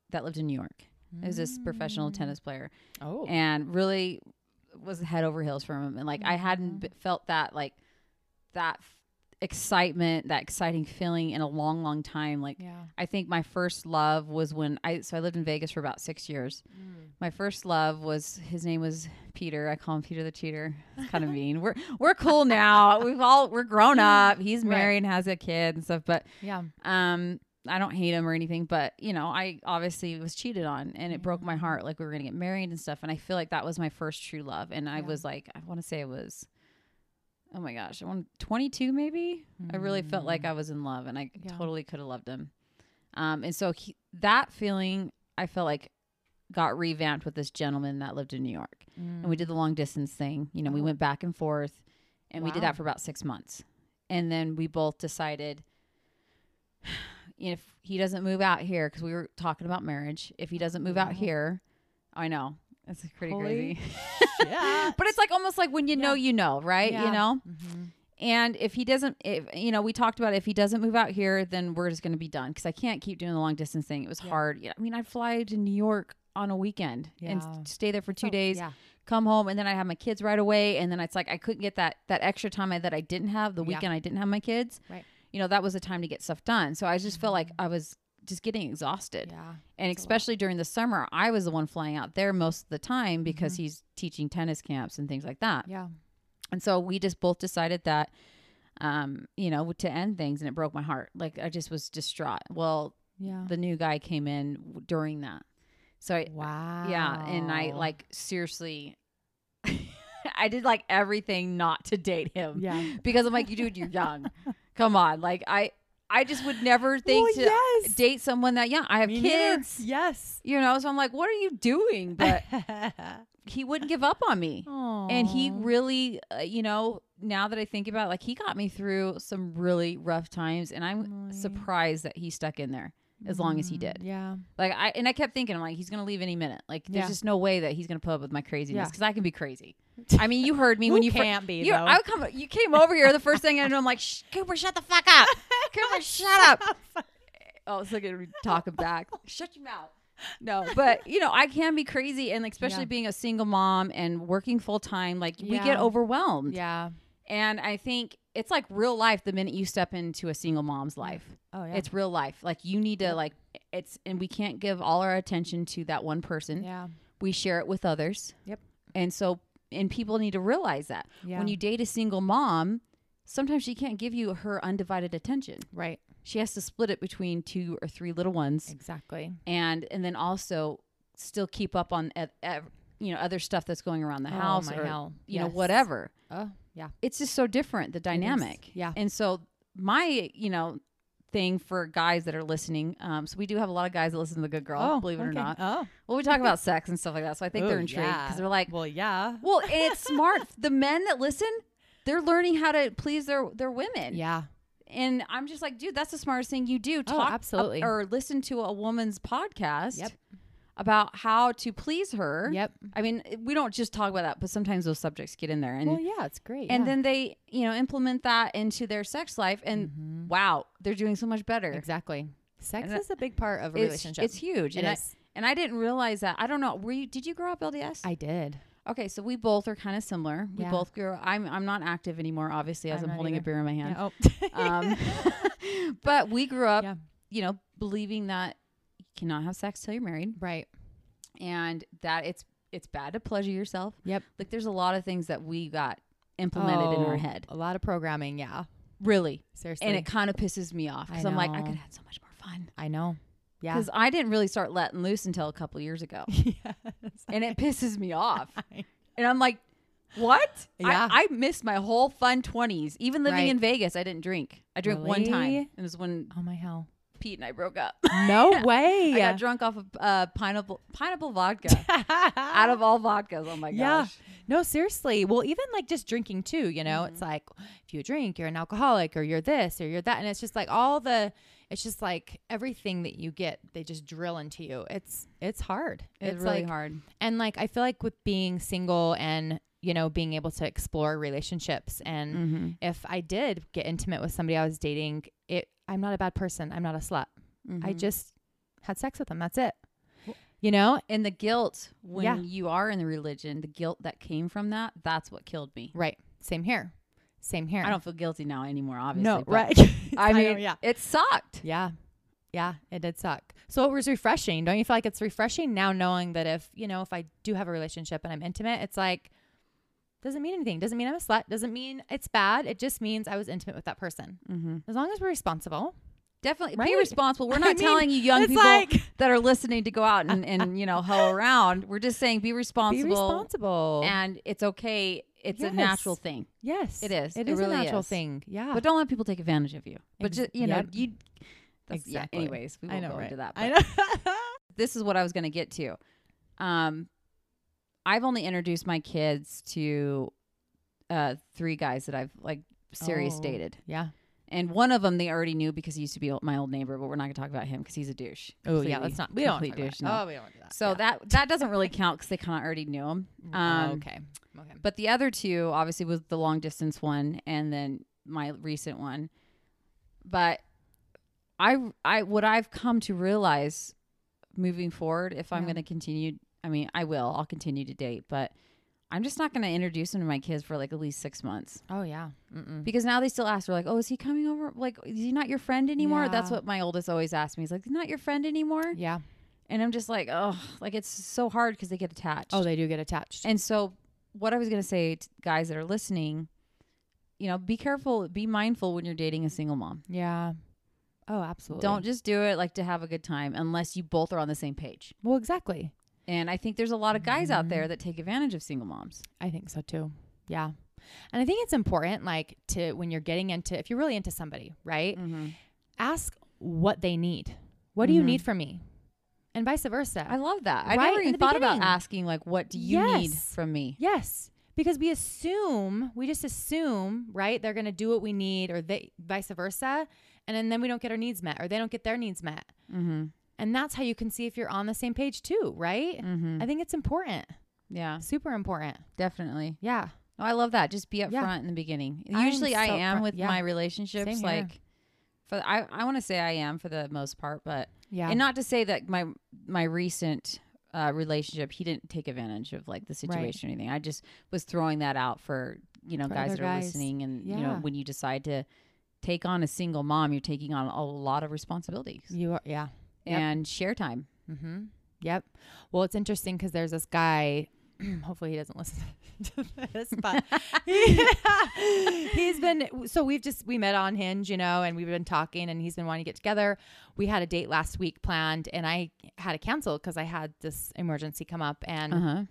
[SPEAKER 2] that lived in New York. He was this professional
[SPEAKER 3] Mm.
[SPEAKER 2] tennis player
[SPEAKER 3] Oh.
[SPEAKER 2] and really
[SPEAKER 3] Mm-hmm.
[SPEAKER 2] was head over heels for him. And like, I hadn't b- felt that, like, that f- excitement, that exciting feeling in a long, long time. Like
[SPEAKER 3] Yeah.
[SPEAKER 2] I think my first love was when I so I lived in Vegas for about six years. My first love was his name was Peter. I call him Peter the Cheater. It's kind of mean. We're we're cool now. We've all we're grown up. He's
[SPEAKER 3] Right.
[SPEAKER 2] married and has a kid and stuff. But
[SPEAKER 3] Yeah.
[SPEAKER 2] um, I don't hate him or anything. But you know, I obviously was cheated on, and it broke my heart. Like we were gonna get married and stuff. And I feel like that was my first true love. And I
[SPEAKER 3] Yeah.
[SPEAKER 2] was like, I want to say it was. Oh my gosh, I want 22 maybe. I really felt like I was in love and I
[SPEAKER 3] Mm. Yeah.
[SPEAKER 2] totally could have loved him. Um, and so he, that feeling, I felt like got revamped with this gentleman that lived in New York.
[SPEAKER 3] Mm.
[SPEAKER 2] And we did the long distance thing. You know, we
[SPEAKER 3] Oh.
[SPEAKER 2] went back and forth and we did
[SPEAKER 3] Wow.
[SPEAKER 2] that for about six months. And then we both decided if he doesn't move out here, because we were talking about marriage, if he doesn't move out
[SPEAKER 3] Wow.
[SPEAKER 2] here, I know. That's pretty
[SPEAKER 3] Holy
[SPEAKER 2] crazy.
[SPEAKER 3] yeah. Mm-hmm.
[SPEAKER 2] But it's like almost like when you know, you know, right?
[SPEAKER 3] Yeah.
[SPEAKER 2] You know? And if he doesn't, if, you know, we talked about if he doesn't move out here, then we're just going to be done because I can't keep doing the long distance thing. It was
[SPEAKER 3] Yeah.
[SPEAKER 2] hard. Yeah, I mean, I'd fly to New York on a weekend and
[SPEAKER 3] Yeah. Oh,
[SPEAKER 2] s- stay there for two days,
[SPEAKER 3] Yeah.
[SPEAKER 2] come home, and then I have my kids right away. And then it's like I couldn't get that that extra time I, that I didn't have the
[SPEAKER 3] Yeah.
[SPEAKER 2] weekend I didn't have my kids.
[SPEAKER 3] Right. Mm-hmm.
[SPEAKER 2] You know, that was the time to get stuff done. So I just felt like I was just getting exhausted.
[SPEAKER 3] Yeah.
[SPEAKER 2] And
[SPEAKER 3] It's a lot.
[SPEAKER 2] especially during the summer, I was the one flying out there most of the time because
[SPEAKER 3] Mm-hmm.
[SPEAKER 2] he's teaching tennis camps and things like that.
[SPEAKER 3] Yeah.
[SPEAKER 2] And so we just both decided that, um, you know, to end things, and it broke my heart. Like I just was distraught. Well,
[SPEAKER 3] Yeah.
[SPEAKER 2] the new guy came in w- during that, so I,
[SPEAKER 3] Wow.
[SPEAKER 2] yeah, and I like seriously, I did like everything not to date him
[SPEAKER 3] Yeah.
[SPEAKER 2] because I'm like, you dude, you're young. Come on, like I, I just would never think to
[SPEAKER 3] yes.
[SPEAKER 2] date someone that young. I have
[SPEAKER 3] Me neither.
[SPEAKER 2] kids.
[SPEAKER 3] Yes.
[SPEAKER 2] You know, so I'm like, what are you doing? But he wouldn't give up on me and he
[SPEAKER 3] Aw.
[SPEAKER 2] really uh, you know now that i think about it like he got me through some really rough times and i'm
[SPEAKER 3] Emily.
[SPEAKER 2] surprised that he stuck in there as long as he
[SPEAKER 3] Mm,
[SPEAKER 2] did.
[SPEAKER 3] Yeah.
[SPEAKER 2] like i and i kept thinking i'm like he's gonna leave any minute like there's
[SPEAKER 3] Yeah.
[SPEAKER 2] just no way that he's gonna put up with my craziness
[SPEAKER 3] Yeah.
[SPEAKER 2] because i can be crazy i mean you heard me
[SPEAKER 3] Who
[SPEAKER 2] when you fir-
[SPEAKER 3] can't be
[SPEAKER 2] you,
[SPEAKER 3] though.
[SPEAKER 2] I would come, you came over here the first thing I know. I'm like, Shh, Cooper, shut the fuck up. Cooper, shut up. Oh, it's like a talk him back. shut your mouth. No, but you know, I can be crazy. And like, especially
[SPEAKER 3] Yeah.
[SPEAKER 2] being a single mom and working full time, like we get
[SPEAKER 3] Yeah.
[SPEAKER 2] overwhelmed.
[SPEAKER 3] yeah.
[SPEAKER 2] And I think it's like real life the minute you step into a single mom's life.
[SPEAKER 3] Oh yeah.
[SPEAKER 2] It's real life. Like you need to
[SPEAKER 3] Yep.
[SPEAKER 2] like it's and we can't give all our attention to that one person.
[SPEAKER 3] yeah.
[SPEAKER 2] We share it with others.
[SPEAKER 3] Yep.
[SPEAKER 2] And so and people need to realize that.
[SPEAKER 3] Yeah.
[SPEAKER 2] When you date a single mom, sometimes she can't give you her undivided attention.
[SPEAKER 3] right.
[SPEAKER 2] She has to split it between two or three little ones
[SPEAKER 3] Exactly.
[SPEAKER 2] and and then also still keep up on ev- ev- you know other stuff that's going around the
[SPEAKER 3] Oh,
[SPEAKER 2] house
[SPEAKER 3] my
[SPEAKER 2] or
[SPEAKER 3] hell.
[SPEAKER 2] you know
[SPEAKER 3] Yes.
[SPEAKER 2] whatever
[SPEAKER 3] Oh yeah.
[SPEAKER 2] it's just so different the dynamic
[SPEAKER 3] Yeah.
[SPEAKER 2] and so my you know thing for guys that are listening um so we do have a lot of guys that listen to the good girl believe it or
[SPEAKER 3] okay.
[SPEAKER 2] not
[SPEAKER 3] Oh.
[SPEAKER 2] well we talk about sex and stuff like that so i think they're
[SPEAKER 3] Ooh,
[SPEAKER 2] intrigued because
[SPEAKER 3] yeah.
[SPEAKER 2] they're like
[SPEAKER 3] Well, yeah.
[SPEAKER 2] well and it's smart the men that listen they're learning how to please their their women
[SPEAKER 3] Yeah.
[SPEAKER 2] and i'm just like dude that's the smartest thing you do
[SPEAKER 3] Oh,
[SPEAKER 2] talk
[SPEAKER 3] absolutely.
[SPEAKER 2] or listen to a woman's podcast
[SPEAKER 3] Yep.
[SPEAKER 2] about how to please her
[SPEAKER 3] Yep.
[SPEAKER 2] i mean we don't just talk about that but sometimes those subjects get in there and
[SPEAKER 3] Well, yeah. It's great.
[SPEAKER 2] and
[SPEAKER 3] yeah.
[SPEAKER 2] then they you know implement that into their sex life and wow they're doing so much better
[SPEAKER 3] Mm-hmm. exactly. Sex
[SPEAKER 2] And
[SPEAKER 3] is a big part of a
[SPEAKER 2] It's-
[SPEAKER 3] relationship.
[SPEAKER 2] it's, huge
[SPEAKER 3] It
[SPEAKER 2] and
[SPEAKER 3] is.
[SPEAKER 2] I, and i didn't realize that i don't know were you did you grow up lds
[SPEAKER 3] I did.
[SPEAKER 2] okay so we both are kind of similar we
[SPEAKER 3] Yeah.
[SPEAKER 2] both grew i'm i'm not active anymore obviously as
[SPEAKER 3] I'm
[SPEAKER 2] i'm,
[SPEAKER 3] not
[SPEAKER 2] holding a
[SPEAKER 3] either.
[SPEAKER 2] beer in my hand
[SPEAKER 3] Oh.
[SPEAKER 2] um but we grew up
[SPEAKER 3] Yeah.
[SPEAKER 2] you know believing that you cannot have sex till you're married
[SPEAKER 3] right.
[SPEAKER 2] and that it's it's bad to pleasure yourself
[SPEAKER 3] Yep.
[SPEAKER 2] like there's a lot of things that we got implemented in our
[SPEAKER 3] Oh,
[SPEAKER 2] head
[SPEAKER 3] A lot of programming. Yeah.
[SPEAKER 2] really
[SPEAKER 3] Seriously.
[SPEAKER 2] and it kind of pisses me off
[SPEAKER 3] I
[SPEAKER 2] because i'm like i
[SPEAKER 3] know.
[SPEAKER 2] could have had so much more fun
[SPEAKER 3] I know. Yeah.
[SPEAKER 2] because i didn't really start letting loose until a couple years ago and it pisses me off and i'm like what
[SPEAKER 3] Yeah.
[SPEAKER 2] I, I missed my whole fun 20s even living
[SPEAKER 3] Right.
[SPEAKER 2] in vegas i didn't drink i drank one time
[SPEAKER 3] Really?
[SPEAKER 2] it was when
[SPEAKER 3] oh my hell.
[SPEAKER 2] pete and i broke up
[SPEAKER 3] No way.
[SPEAKER 2] i got drunk off of uh, pineapple pineapple vodka out of all vodkas oh my gosh
[SPEAKER 3] Yeah. No, seriously. Well, even like just drinking too, you know, it's like if you drink, you're an alcoholic or you're this or you're that. And it's just like all the, it's just like everything that you get, they just drill into you. It's, it's hard.
[SPEAKER 2] it's, really
[SPEAKER 3] like,
[SPEAKER 2] hard
[SPEAKER 3] And like, I feel like with being single and, you know, being able to explore relationships and
[SPEAKER 2] Mm. Mm-hmm.
[SPEAKER 3] if I did get intimate with somebody I was dating, it, I'm not a bad person. I'm not a slut. I
[SPEAKER 2] Mm-hmm.
[SPEAKER 3] just had sex with them. That's it. You know?
[SPEAKER 2] and the guilt when
[SPEAKER 3] Yeah.
[SPEAKER 2] you are in the religion the guilt that came from that that's what killed me
[SPEAKER 3] Right. Same here. Same here.
[SPEAKER 2] I don't feel guilty now anymore, obviously.
[SPEAKER 3] No,
[SPEAKER 2] but
[SPEAKER 3] right.
[SPEAKER 2] I mean,
[SPEAKER 3] know, yeah.
[SPEAKER 2] it sucked.
[SPEAKER 3] Yeah. Yeah, it did suck. So it was refreshing. Don't you feel like it's refreshing now knowing that if, you know, if I do have a relationship and I'm intimate, it's like doesn't mean anything. Doesn't mean I'm a slut. Doesn't mean it's bad. It just means I was intimate with that person.
[SPEAKER 2] Mm-hmm.
[SPEAKER 3] As long as we're responsible.
[SPEAKER 2] Definitely be
[SPEAKER 3] Right?
[SPEAKER 2] responsible. We're
[SPEAKER 3] I
[SPEAKER 2] not
[SPEAKER 3] mean,
[SPEAKER 2] telling you young
[SPEAKER 3] it's
[SPEAKER 2] people
[SPEAKER 3] like-
[SPEAKER 2] that are listening to go out and, and you know hoe around. We're just saying be responsible,
[SPEAKER 3] Be responsible.
[SPEAKER 2] and it's okay. It's
[SPEAKER 3] Yes.
[SPEAKER 2] a natural thing,
[SPEAKER 3] yes.
[SPEAKER 2] It is.
[SPEAKER 3] It
[SPEAKER 2] It
[SPEAKER 3] is
[SPEAKER 2] really
[SPEAKER 3] a natural
[SPEAKER 2] is.
[SPEAKER 3] thing. Yeah.
[SPEAKER 2] but don't let people take advantage of you. But
[SPEAKER 3] Ex-
[SPEAKER 2] just you know
[SPEAKER 3] yep.
[SPEAKER 2] you. That's,
[SPEAKER 3] Exactly.
[SPEAKER 2] Yeah, anyways, we
[SPEAKER 3] I
[SPEAKER 2] won't
[SPEAKER 3] know,
[SPEAKER 2] go
[SPEAKER 3] right?
[SPEAKER 2] into that.
[SPEAKER 3] I
[SPEAKER 2] but-
[SPEAKER 3] know.
[SPEAKER 2] this is what I was going to get to. Um, I've only introduced my kids to uh, three guys that I've like serious
[SPEAKER 3] Oh.
[SPEAKER 2] dated,
[SPEAKER 3] yeah.
[SPEAKER 2] and one of them they already knew because he used to be o- my old neighbor. But we're not going to talk about him because he's a douche.
[SPEAKER 3] Oh yeah,
[SPEAKER 2] Completely-
[SPEAKER 3] let's not. We don't
[SPEAKER 2] complete
[SPEAKER 3] want to talk
[SPEAKER 2] douche.
[SPEAKER 3] about-
[SPEAKER 2] no.
[SPEAKER 3] Oh, we don't want to do that.
[SPEAKER 2] So
[SPEAKER 3] Yeah.
[SPEAKER 2] that that doesn't really count because they kind of already knew him.
[SPEAKER 3] Oh,
[SPEAKER 2] Um,
[SPEAKER 3] okay. Okay.
[SPEAKER 2] But the other two, obviously, was the long distance one and then my recent one. But I, I, what I've come to realize moving forward, if I'm
[SPEAKER 3] Yeah.
[SPEAKER 2] going to continue, I mean, I will, I'll continue to date, but I'm just not going to introduce them to my kids for like at least six months
[SPEAKER 3] Oh yeah. Mm-mm.
[SPEAKER 2] because now they still ask, they're like, oh, is he coming over? Like, is he not your friend anymore?
[SPEAKER 3] Yeah.
[SPEAKER 2] That's what my oldest always asks me. He's like, "He's not your friend anymore?
[SPEAKER 3] Yeah.
[SPEAKER 2] And I'm just like, oh, like it's so hard because they get attached.
[SPEAKER 3] Oh, they do get attached.
[SPEAKER 2] And so, what I was going to say to guys that are listening, you know, be careful, be mindful when you're dating a single mom.
[SPEAKER 3] yeah. Oh, absolutely.
[SPEAKER 2] Don't just do it like to have a good time unless you both are on the same page.
[SPEAKER 3] Well, exactly.
[SPEAKER 2] And I think there's a lot of guys out
[SPEAKER 3] Mm-hmm.
[SPEAKER 2] there that take advantage of single moms.
[SPEAKER 3] I think so too. Yeah. And I think it's important, like, to when you're getting into, if you're really into somebody, right? Ask what they need. What do you
[SPEAKER 2] Mhm.
[SPEAKER 3] need from me? And vice versa.
[SPEAKER 2] I love that. I
[SPEAKER 3] Right
[SPEAKER 2] never
[SPEAKER 3] in
[SPEAKER 2] even
[SPEAKER 3] the
[SPEAKER 2] thought about
[SPEAKER 3] beginning.
[SPEAKER 2] asking like what do you need
[SPEAKER 3] Yes.
[SPEAKER 2] from me?
[SPEAKER 3] yes. Because we assume, we just assume, right? They're going to do what we need or they, vice versa. And then, then we don't get our needs met or they don't get their needs met.
[SPEAKER 2] Mhm.
[SPEAKER 3] And that's how you can see if you're on the same page too, right?
[SPEAKER 2] Mhm.
[SPEAKER 3] I think it's important,
[SPEAKER 2] Yeah,
[SPEAKER 3] super important.
[SPEAKER 2] definitely.
[SPEAKER 3] Yeah.
[SPEAKER 2] No, I love that. Just be upfront
[SPEAKER 3] Yeah.
[SPEAKER 2] in the beginning.
[SPEAKER 3] I'm
[SPEAKER 2] Usually I
[SPEAKER 3] so
[SPEAKER 2] am
[SPEAKER 3] front-
[SPEAKER 2] with
[SPEAKER 3] yeah.
[SPEAKER 2] my relationships
[SPEAKER 3] Same here.
[SPEAKER 2] like for I I want to say I am for the most part, but
[SPEAKER 3] Yeah.
[SPEAKER 2] and not to say that my my recent uh, relationship he didn't take advantage of like the situation or anything i just was throwing that out for you know
[SPEAKER 3] For
[SPEAKER 2] guys
[SPEAKER 3] other
[SPEAKER 2] that are
[SPEAKER 3] guys.
[SPEAKER 2] listening and you know
[SPEAKER 3] Yeah.
[SPEAKER 2] when you decide to take on a single mom you're taking on a lot of responsibilities
[SPEAKER 3] you are, yeah. Yep.
[SPEAKER 2] and share time
[SPEAKER 3] Mm-hmm. Yep. Well, it's interesting because there's this guy. Hopefully, he doesn't listen to this, but he's been. So we've just we met on Hinge, you know, and we've been talking, and he's been wanting to get together. We had a date last week planned, and I had to cancel because I had this emergency come up, and
[SPEAKER 2] uh-huh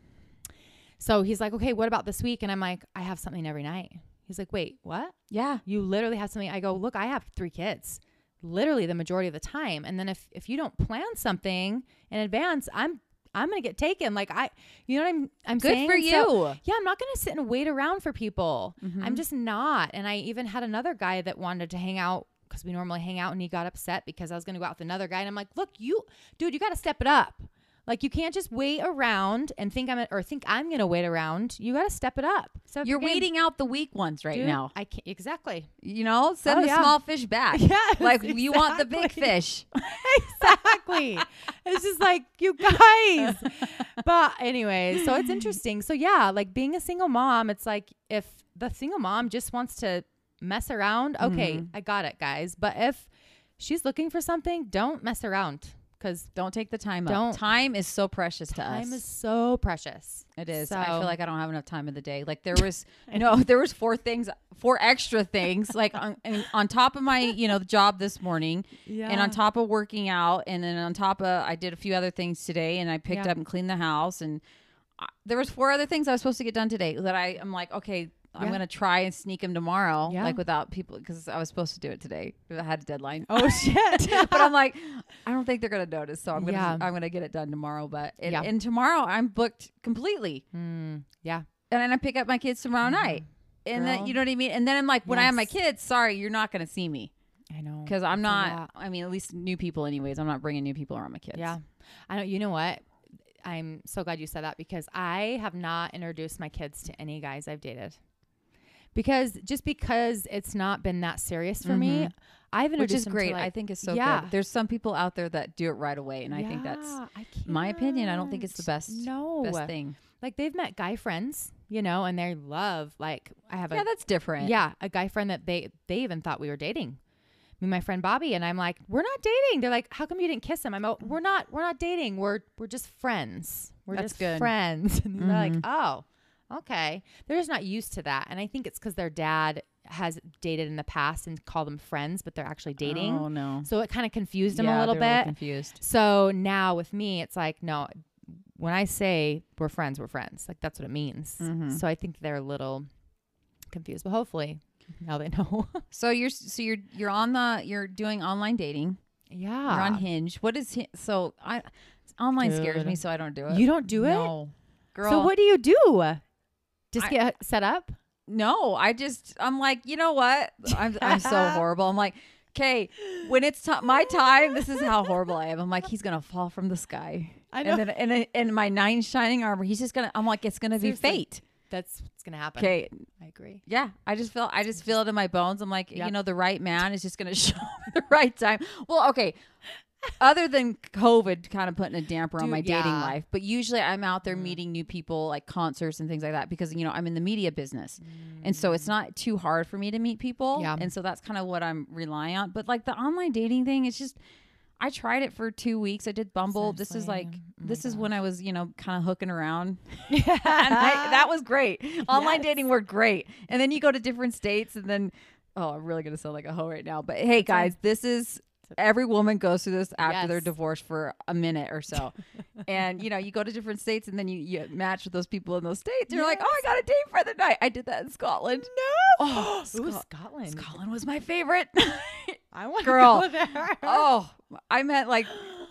[SPEAKER 3] so he's like, "Okay, what about this week?" And I'm like, "I have something every night." He's like, "Wait, what?"
[SPEAKER 2] yeah
[SPEAKER 3] You literally have something. I go, look, I have three kids, literally the majority of the time. And then if if you don't plan something in advance, I'm I'm gonna get taken. Like I, you know what I'm I'm
[SPEAKER 2] good
[SPEAKER 3] saying?
[SPEAKER 2] for
[SPEAKER 3] So-
[SPEAKER 2] you
[SPEAKER 3] yeah, I'm not gonna sit and wait around for people. I'm
[SPEAKER 2] Mhm.
[SPEAKER 3] just not. And I even had another guy that wanted to hang out because we normally hang out, and he got upset because I was gonna go out with another guy. And I'm like, look, you, dude, you gotta step it up. Like you can't just wait around and think I'm or think I'm gonna wait around. You gotta step it up. So
[SPEAKER 2] you're waiting out the weak ones right now
[SPEAKER 3] I can't exactly.
[SPEAKER 2] you know send
[SPEAKER 3] Oh,
[SPEAKER 2] the
[SPEAKER 3] yeah.
[SPEAKER 2] small fish back
[SPEAKER 3] Yes,
[SPEAKER 2] like you want the big
[SPEAKER 3] exactly.
[SPEAKER 2] fish
[SPEAKER 3] exactly. It's just like you guys. But anyway, so it's interesting. So yeah, like being a single mom, it's like if the single mom just wants to mess around, okay,
[SPEAKER 2] Mhm.
[SPEAKER 3] I got it, guys. But if she's looking for something, don't mess around because
[SPEAKER 2] don't take the time
[SPEAKER 3] Don't.
[SPEAKER 2] up time is so precious to us
[SPEAKER 3] time is so precious.
[SPEAKER 2] It is. I feel
[SPEAKER 3] So-
[SPEAKER 2] like I don't have enough time in the day. Like there was no, there was four things, four extra things, like on and on top of my you know job this morning,
[SPEAKER 3] Yeah.
[SPEAKER 2] and on top of working out, and then on top of I did a few other things today, and I picked
[SPEAKER 3] Yeah.
[SPEAKER 2] up and cleaned the house, and I, there was four other things I was supposed to get done today that I am like, okay, I'm
[SPEAKER 3] Yeah.
[SPEAKER 2] gonna try and sneak them tomorrow,
[SPEAKER 3] Yeah.
[SPEAKER 2] like without people, because I was supposed to do it today. I had a deadline.
[SPEAKER 3] Oh shit.
[SPEAKER 2] but I'm like, I don't think they're gonna notice, so I'm gonna
[SPEAKER 3] Yeah.
[SPEAKER 2] I'm gonna get it done tomorrow. But it,
[SPEAKER 3] Yeah.
[SPEAKER 2] and tomorrow I'm booked completely
[SPEAKER 3] Hmm. yeah.
[SPEAKER 2] and then I pick up my kids tomorrow night. And
[SPEAKER 3] Mm-hmm.
[SPEAKER 2] then
[SPEAKER 3] Girl.
[SPEAKER 2] you know what I mean. And then I'm like, when I have my
[SPEAKER 3] Yes.
[SPEAKER 2] kids, sorry, you're not going to see me
[SPEAKER 3] I know.
[SPEAKER 2] because I'm
[SPEAKER 3] It's a
[SPEAKER 2] not.
[SPEAKER 3] lot.
[SPEAKER 2] I mean, at least new people, anyways. I'm not bringing new people around my kids.
[SPEAKER 3] Yeah. I know you know what? I'm so glad you said that because I have not introduced my kids to any guys I've dated. Because just because it's not been that serious for me, I've
[SPEAKER 2] Mm-hmm. which
[SPEAKER 3] introduced
[SPEAKER 2] is
[SPEAKER 3] them
[SPEAKER 2] great.
[SPEAKER 3] To like,
[SPEAKER 2] I think it's so
[SPEAKER 3] Yeah.
[SPEAKER 2] good. There's some people out there that do it right away, and I think that's
[SPEAKER 3] Yeah, I
[SPEAKER 2] my opinion. I don't think it's the
[SPEAKER 3] can't.
[SPEAKER 2] best-
[SPEAKER 3] No,
[SPEAKER 2] best thing.
[SPEAKER 3] like they've met guy friends, you know, and they love like I have a
[SPEAKER 2] Yeah, that's different.
[SPEAKER 3] yeah, a guy friend that they they even thought we were dating. Me, and my friend Bobby, and I'm like, we're not dating. They're like, how come you didn't kiss him? I'm, oh, we're not, we're not dating. We're we're just friends. We're
[SPEAKER 2] That's
[SPEAKER 3] just
[SPEAKER 2] good. Mm-hmm.
[SPEAKER 3] friends. And they're like, oh, okay. They're just not used to that, and I think it's because their dad has dated in the past and called them friends, but they're actually dating.
[SPEAKER 2] Oh no.
[SPEAKER 3] So it kind of confused them
[SPEAKER 2] Yeah,
[SPEAKER 3] a little
[SPEAKER 2] they're a little
[SPEAKER 3] bit.
[SPEAKER 2] confused.
[SPEAKER 3] So now with me, it's like, no, when I say we're friends, we're friends. Like that's what it means.
[SPEAKER 2] Mhm.
[SPEAKER 3] So I think they're a little confused, but hopefully now they know.
[SPEAKER 2] So you're so you're you're on the you're doing online dating.
[SPEAKER 3] yeah.
[SPEAKER 2] You're
[SPEAKER 3] Ah.
[SPEAKER 2] on Hinge. What is Hin- so I online scares
[SPEAKER 3] Dude.
[SPEAKER 2] me, so I don't do it.
[SPEAKER 3] You don't do it?
[SPEAKER 2] No, girl.
[SPEAKER 3] So what do you do? Just
[SPEAKER 2] I-
[SPEAKER 3] get set up?
[SPEAKER 2] No, I just I'm like you know what? I'm I'm so horrible. I'm like. Okay, when it's ti my time, this is how horrible I am. I'm like, he's gonna fall from the sky,
[SPEAKER 3] I
[SPEAKER 2] and then and, and my nine shining armor, he's just gonna. I'm like, it's gonna
[SPEAKER 3] Seriously.
[SPEAKER 2] be fate.
[SPEAKER 3] That's what's going to happen.
[SPEAKER 2] Okay,
[SPEAKER 3] I agree.
[SPEAKER 2] Yeah, I just feel I just feel it in my bones. I'm like,
[SPEAKER 3] Yeah.
[SPEAKER 2] you know, the right man is just going to show up at the right time. Well, okay. Other than COVID kind of putting a damper on
[SPEAKER 3] Dude,
[SPEAKER 2] my dating
[SPEAKER 3] yeah. Mm.
[SPEAKER 2] life, but usually I'm out there meeting new people like concerts and things like that because you know, I'm in the media business. And so it's not too hard for me to meet people.
[SPEAKER 3] Mm. Yeah.
[SPEAKER 2] And so that's kind of what I'm relying on. But like the online dating thing, it's just I tried it for two weeks. I did Bumble. This is like
[SPEAKER 3] Seriously. Oh my
[SPEAKER 2] this is when I was, you know, kind of hooking around
[SPEAKER 3] Yeah.
[SPEAKER 2] and I, that was great. Online
[SPEAKER 3] Yes.
[SPEAKER 2] dating worked great. And then you go to different states, and then oh, I'm really gonna sound like a hoe right now. But hey, guys, this is every woman goes through this after they're
[SPEAKER 3] Yes.
[SPEAKER 2] divorced for a minute or so, and you know you go to different states, and then you, you match with those people in those states. You're like, oh, I got a date for the night. I did that in Scotland. No, oh,
[SPEAKER 3] Ooh,
[SPEAKER 2] Scot-
[SPEAKER 3] Scotland.
[SPEAKER 2] Scotland was my favorite.
[SPEAKER 3] I want
[SPEAKER 2] Girl.
[SPEAKER 3] to go there.
[SPEAKER 2] oh, I meant like.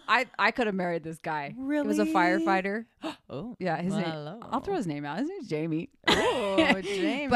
[SPEAKER 2] I, I could have married this guy. He was a
[SPEAKER 3] Really?
[SPEAKER 2] firefighter.
[SPEAKER 3] Oh.
[SPEAKER 2] Yeah, his name.
[SPEAKER 3] Hello.
[SPEAKER 2] I'll throw his name out. His name's Jamie.
[SPEAKER 3] Oh,
[SPEAKER 2] But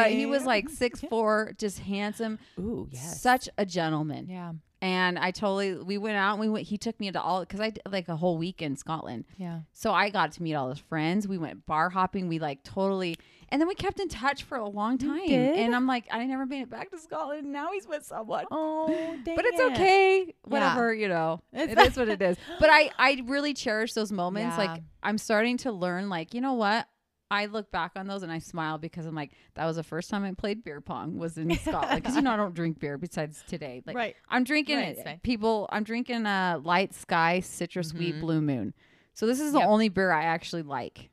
[SPEAKER 2] he was
[SPEAKER 3] Jamie.
[SPEAKER 2] like six four, just handsome,
[SPEAKER 3] Ooh, yes.
[SPEAKER 2] such a gentleman.
[SPEAKER 3] yeah.
[SPEAKER 2] And I totally we went out and we went. He took me to all because I did like a whole week in Scotland,
[SPEAKER 3] Yeah.
[SPEAKER 2] so I got to meet all his friends. We went bar hopping. We like totally, and then we kept in touch for a long time.
[SPEAKER 3] did?
[SPEAKER 2] And I'm like, I never made it back to Scotland. and Now he's with someone.
[SPEAKER 3] Oh, dang
[SPEAKER 2] But it's
[SPEAKER 3] it.
[SPEAKER 2] okay, whatever you know.
[SPEAKER 3] It's-
[SPEAKER 2] it is what it is. But I, I really cherish those moments.
[SPEAKER 3] Yeah.
[SPEAKER 2] Like I'm starting to learn. Like you know what? I look back on those and I smile because I'm like, that was the first time I played beer pong was in Scotland. Because you know I don't drink beer besides today. Like
[SPEAKER 3] Right.
[SPEAKER 2] I'm drinking
[SPEAKER 3] Right,
[SPEAKER 2] it.
[SPEAKER 3] it's fine.
[SPEAKER 2] People, I'm drinking a light sky citrus wheat blue moon. So this is the
[SPEAKER 3] Mm-hmm. Yep.
[SPEAKER 2] only beer I actually like.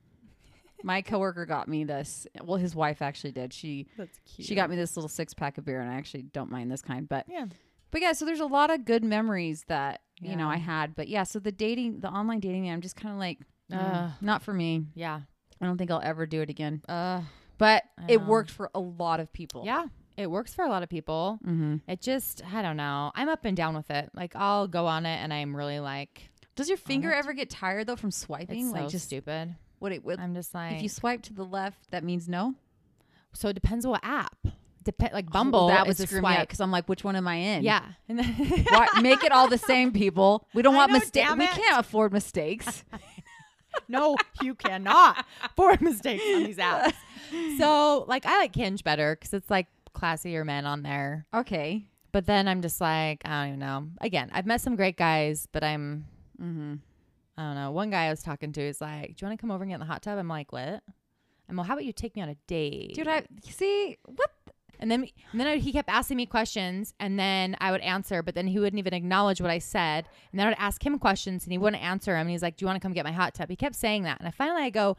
[SPEAKER 2] My coworker got me this. Well, his wife actually did. She
[SPEAKER 3] That's cute.
[SPEAKER 2] she got me this little six pack of beer, and I actually don't mind this kind. But
[SPEAKER 3] Yeah.
[SPEAKER 2] but yeah, so there's a lot of good memories that you know
[SPEAKER 3] Yeah.
[SPEAKER 2] I had. But yeah, so the dating, the online dating, I'm just kind of like, mm,
[SPEAKER 3] Ugh.
[SPEAKER 2] not for me.
[SPEAKER 3] Yeah.
[SPEAKER 2] I don't think I'll ever do it again.
[SPEAKER 3] Uh,
[SPEAKER 2] But
[SPEAKER 3] I
[SPEAKER 2] it
[SPEAKER 3] know.
[SPEAKER 2] worked for a lot of people.
[SPEAKER 3] yeah. It works for a lot of people.
[SPEAKER 2] Mm-hmm.
[SPEAKER 3] It just, I don't know. I'm up and down with it. Like, I'll go on it and I'm really like,
[SPEAKER 2] Does your finger ever get tired though from swiping?
[SPEAKER 3] it's
[SPEAKER 2] like
[SPEAKER 3] so
[SPEAKER 2] just
[SPEAKER 3] stupid.
[SPEAKER 2] what it would.
[SPEAKER 3] I'm just like,
[SPEAKER 2] If you swipe to the left, that means no.
[SPEAKER 3] so it depends what app. Depend like
[SPEAKER 2] Well,
[SPEAKER 3] Bumble.
[SPEAKER 2] Oh, that would
[SPEAKER 3] is a
[SPEAKER 2] screw me out
[SPEAKER 3] swipe.
[SPEAKER 2] because I'm like, which one am I in?
[SPEAKER 3] Yeah. And then-
[SPEAKER 2] Why, make it all the same, people. We don't
[SPEAKER 3] I
[SPEAKER 2] want
[SPEAKER 3] know,
[SPEAKER 2] mistakes.
[SPEAKER 3] damn
[SPEAKER 2] We
[SPEAKER 3] it.
[SPEAKER 2] can't afford mistakes.
[SPEAKER 3] no, you cannot for mistakes on these apps. So, like, I like Hinge better because it's like classier men on there.
[SPEAKER 2] okay.
[SPEAKER 3] But then I'm just like, I don't even know. Again, I've met some great guys, but I'm,
[SPEAKER 2] Mm-hmm.
[SPEAKER 3] I don't know. One guy I was talking to is like, Do you want to come over and get in the hot tub? I'm like, What? I'm like, How about you take me on a date?
[SPEAKER 2] Dude, I see what
[SPEAKER 3] and then, and then I, he kept asking me questions, and then I would answer, but then he wouldn't even acknowledge what I said. And then I would ask him questions, and he wouldn't answer him. And he's like, Do you want to come get my hot tub? He kept saying that. And I finally I go,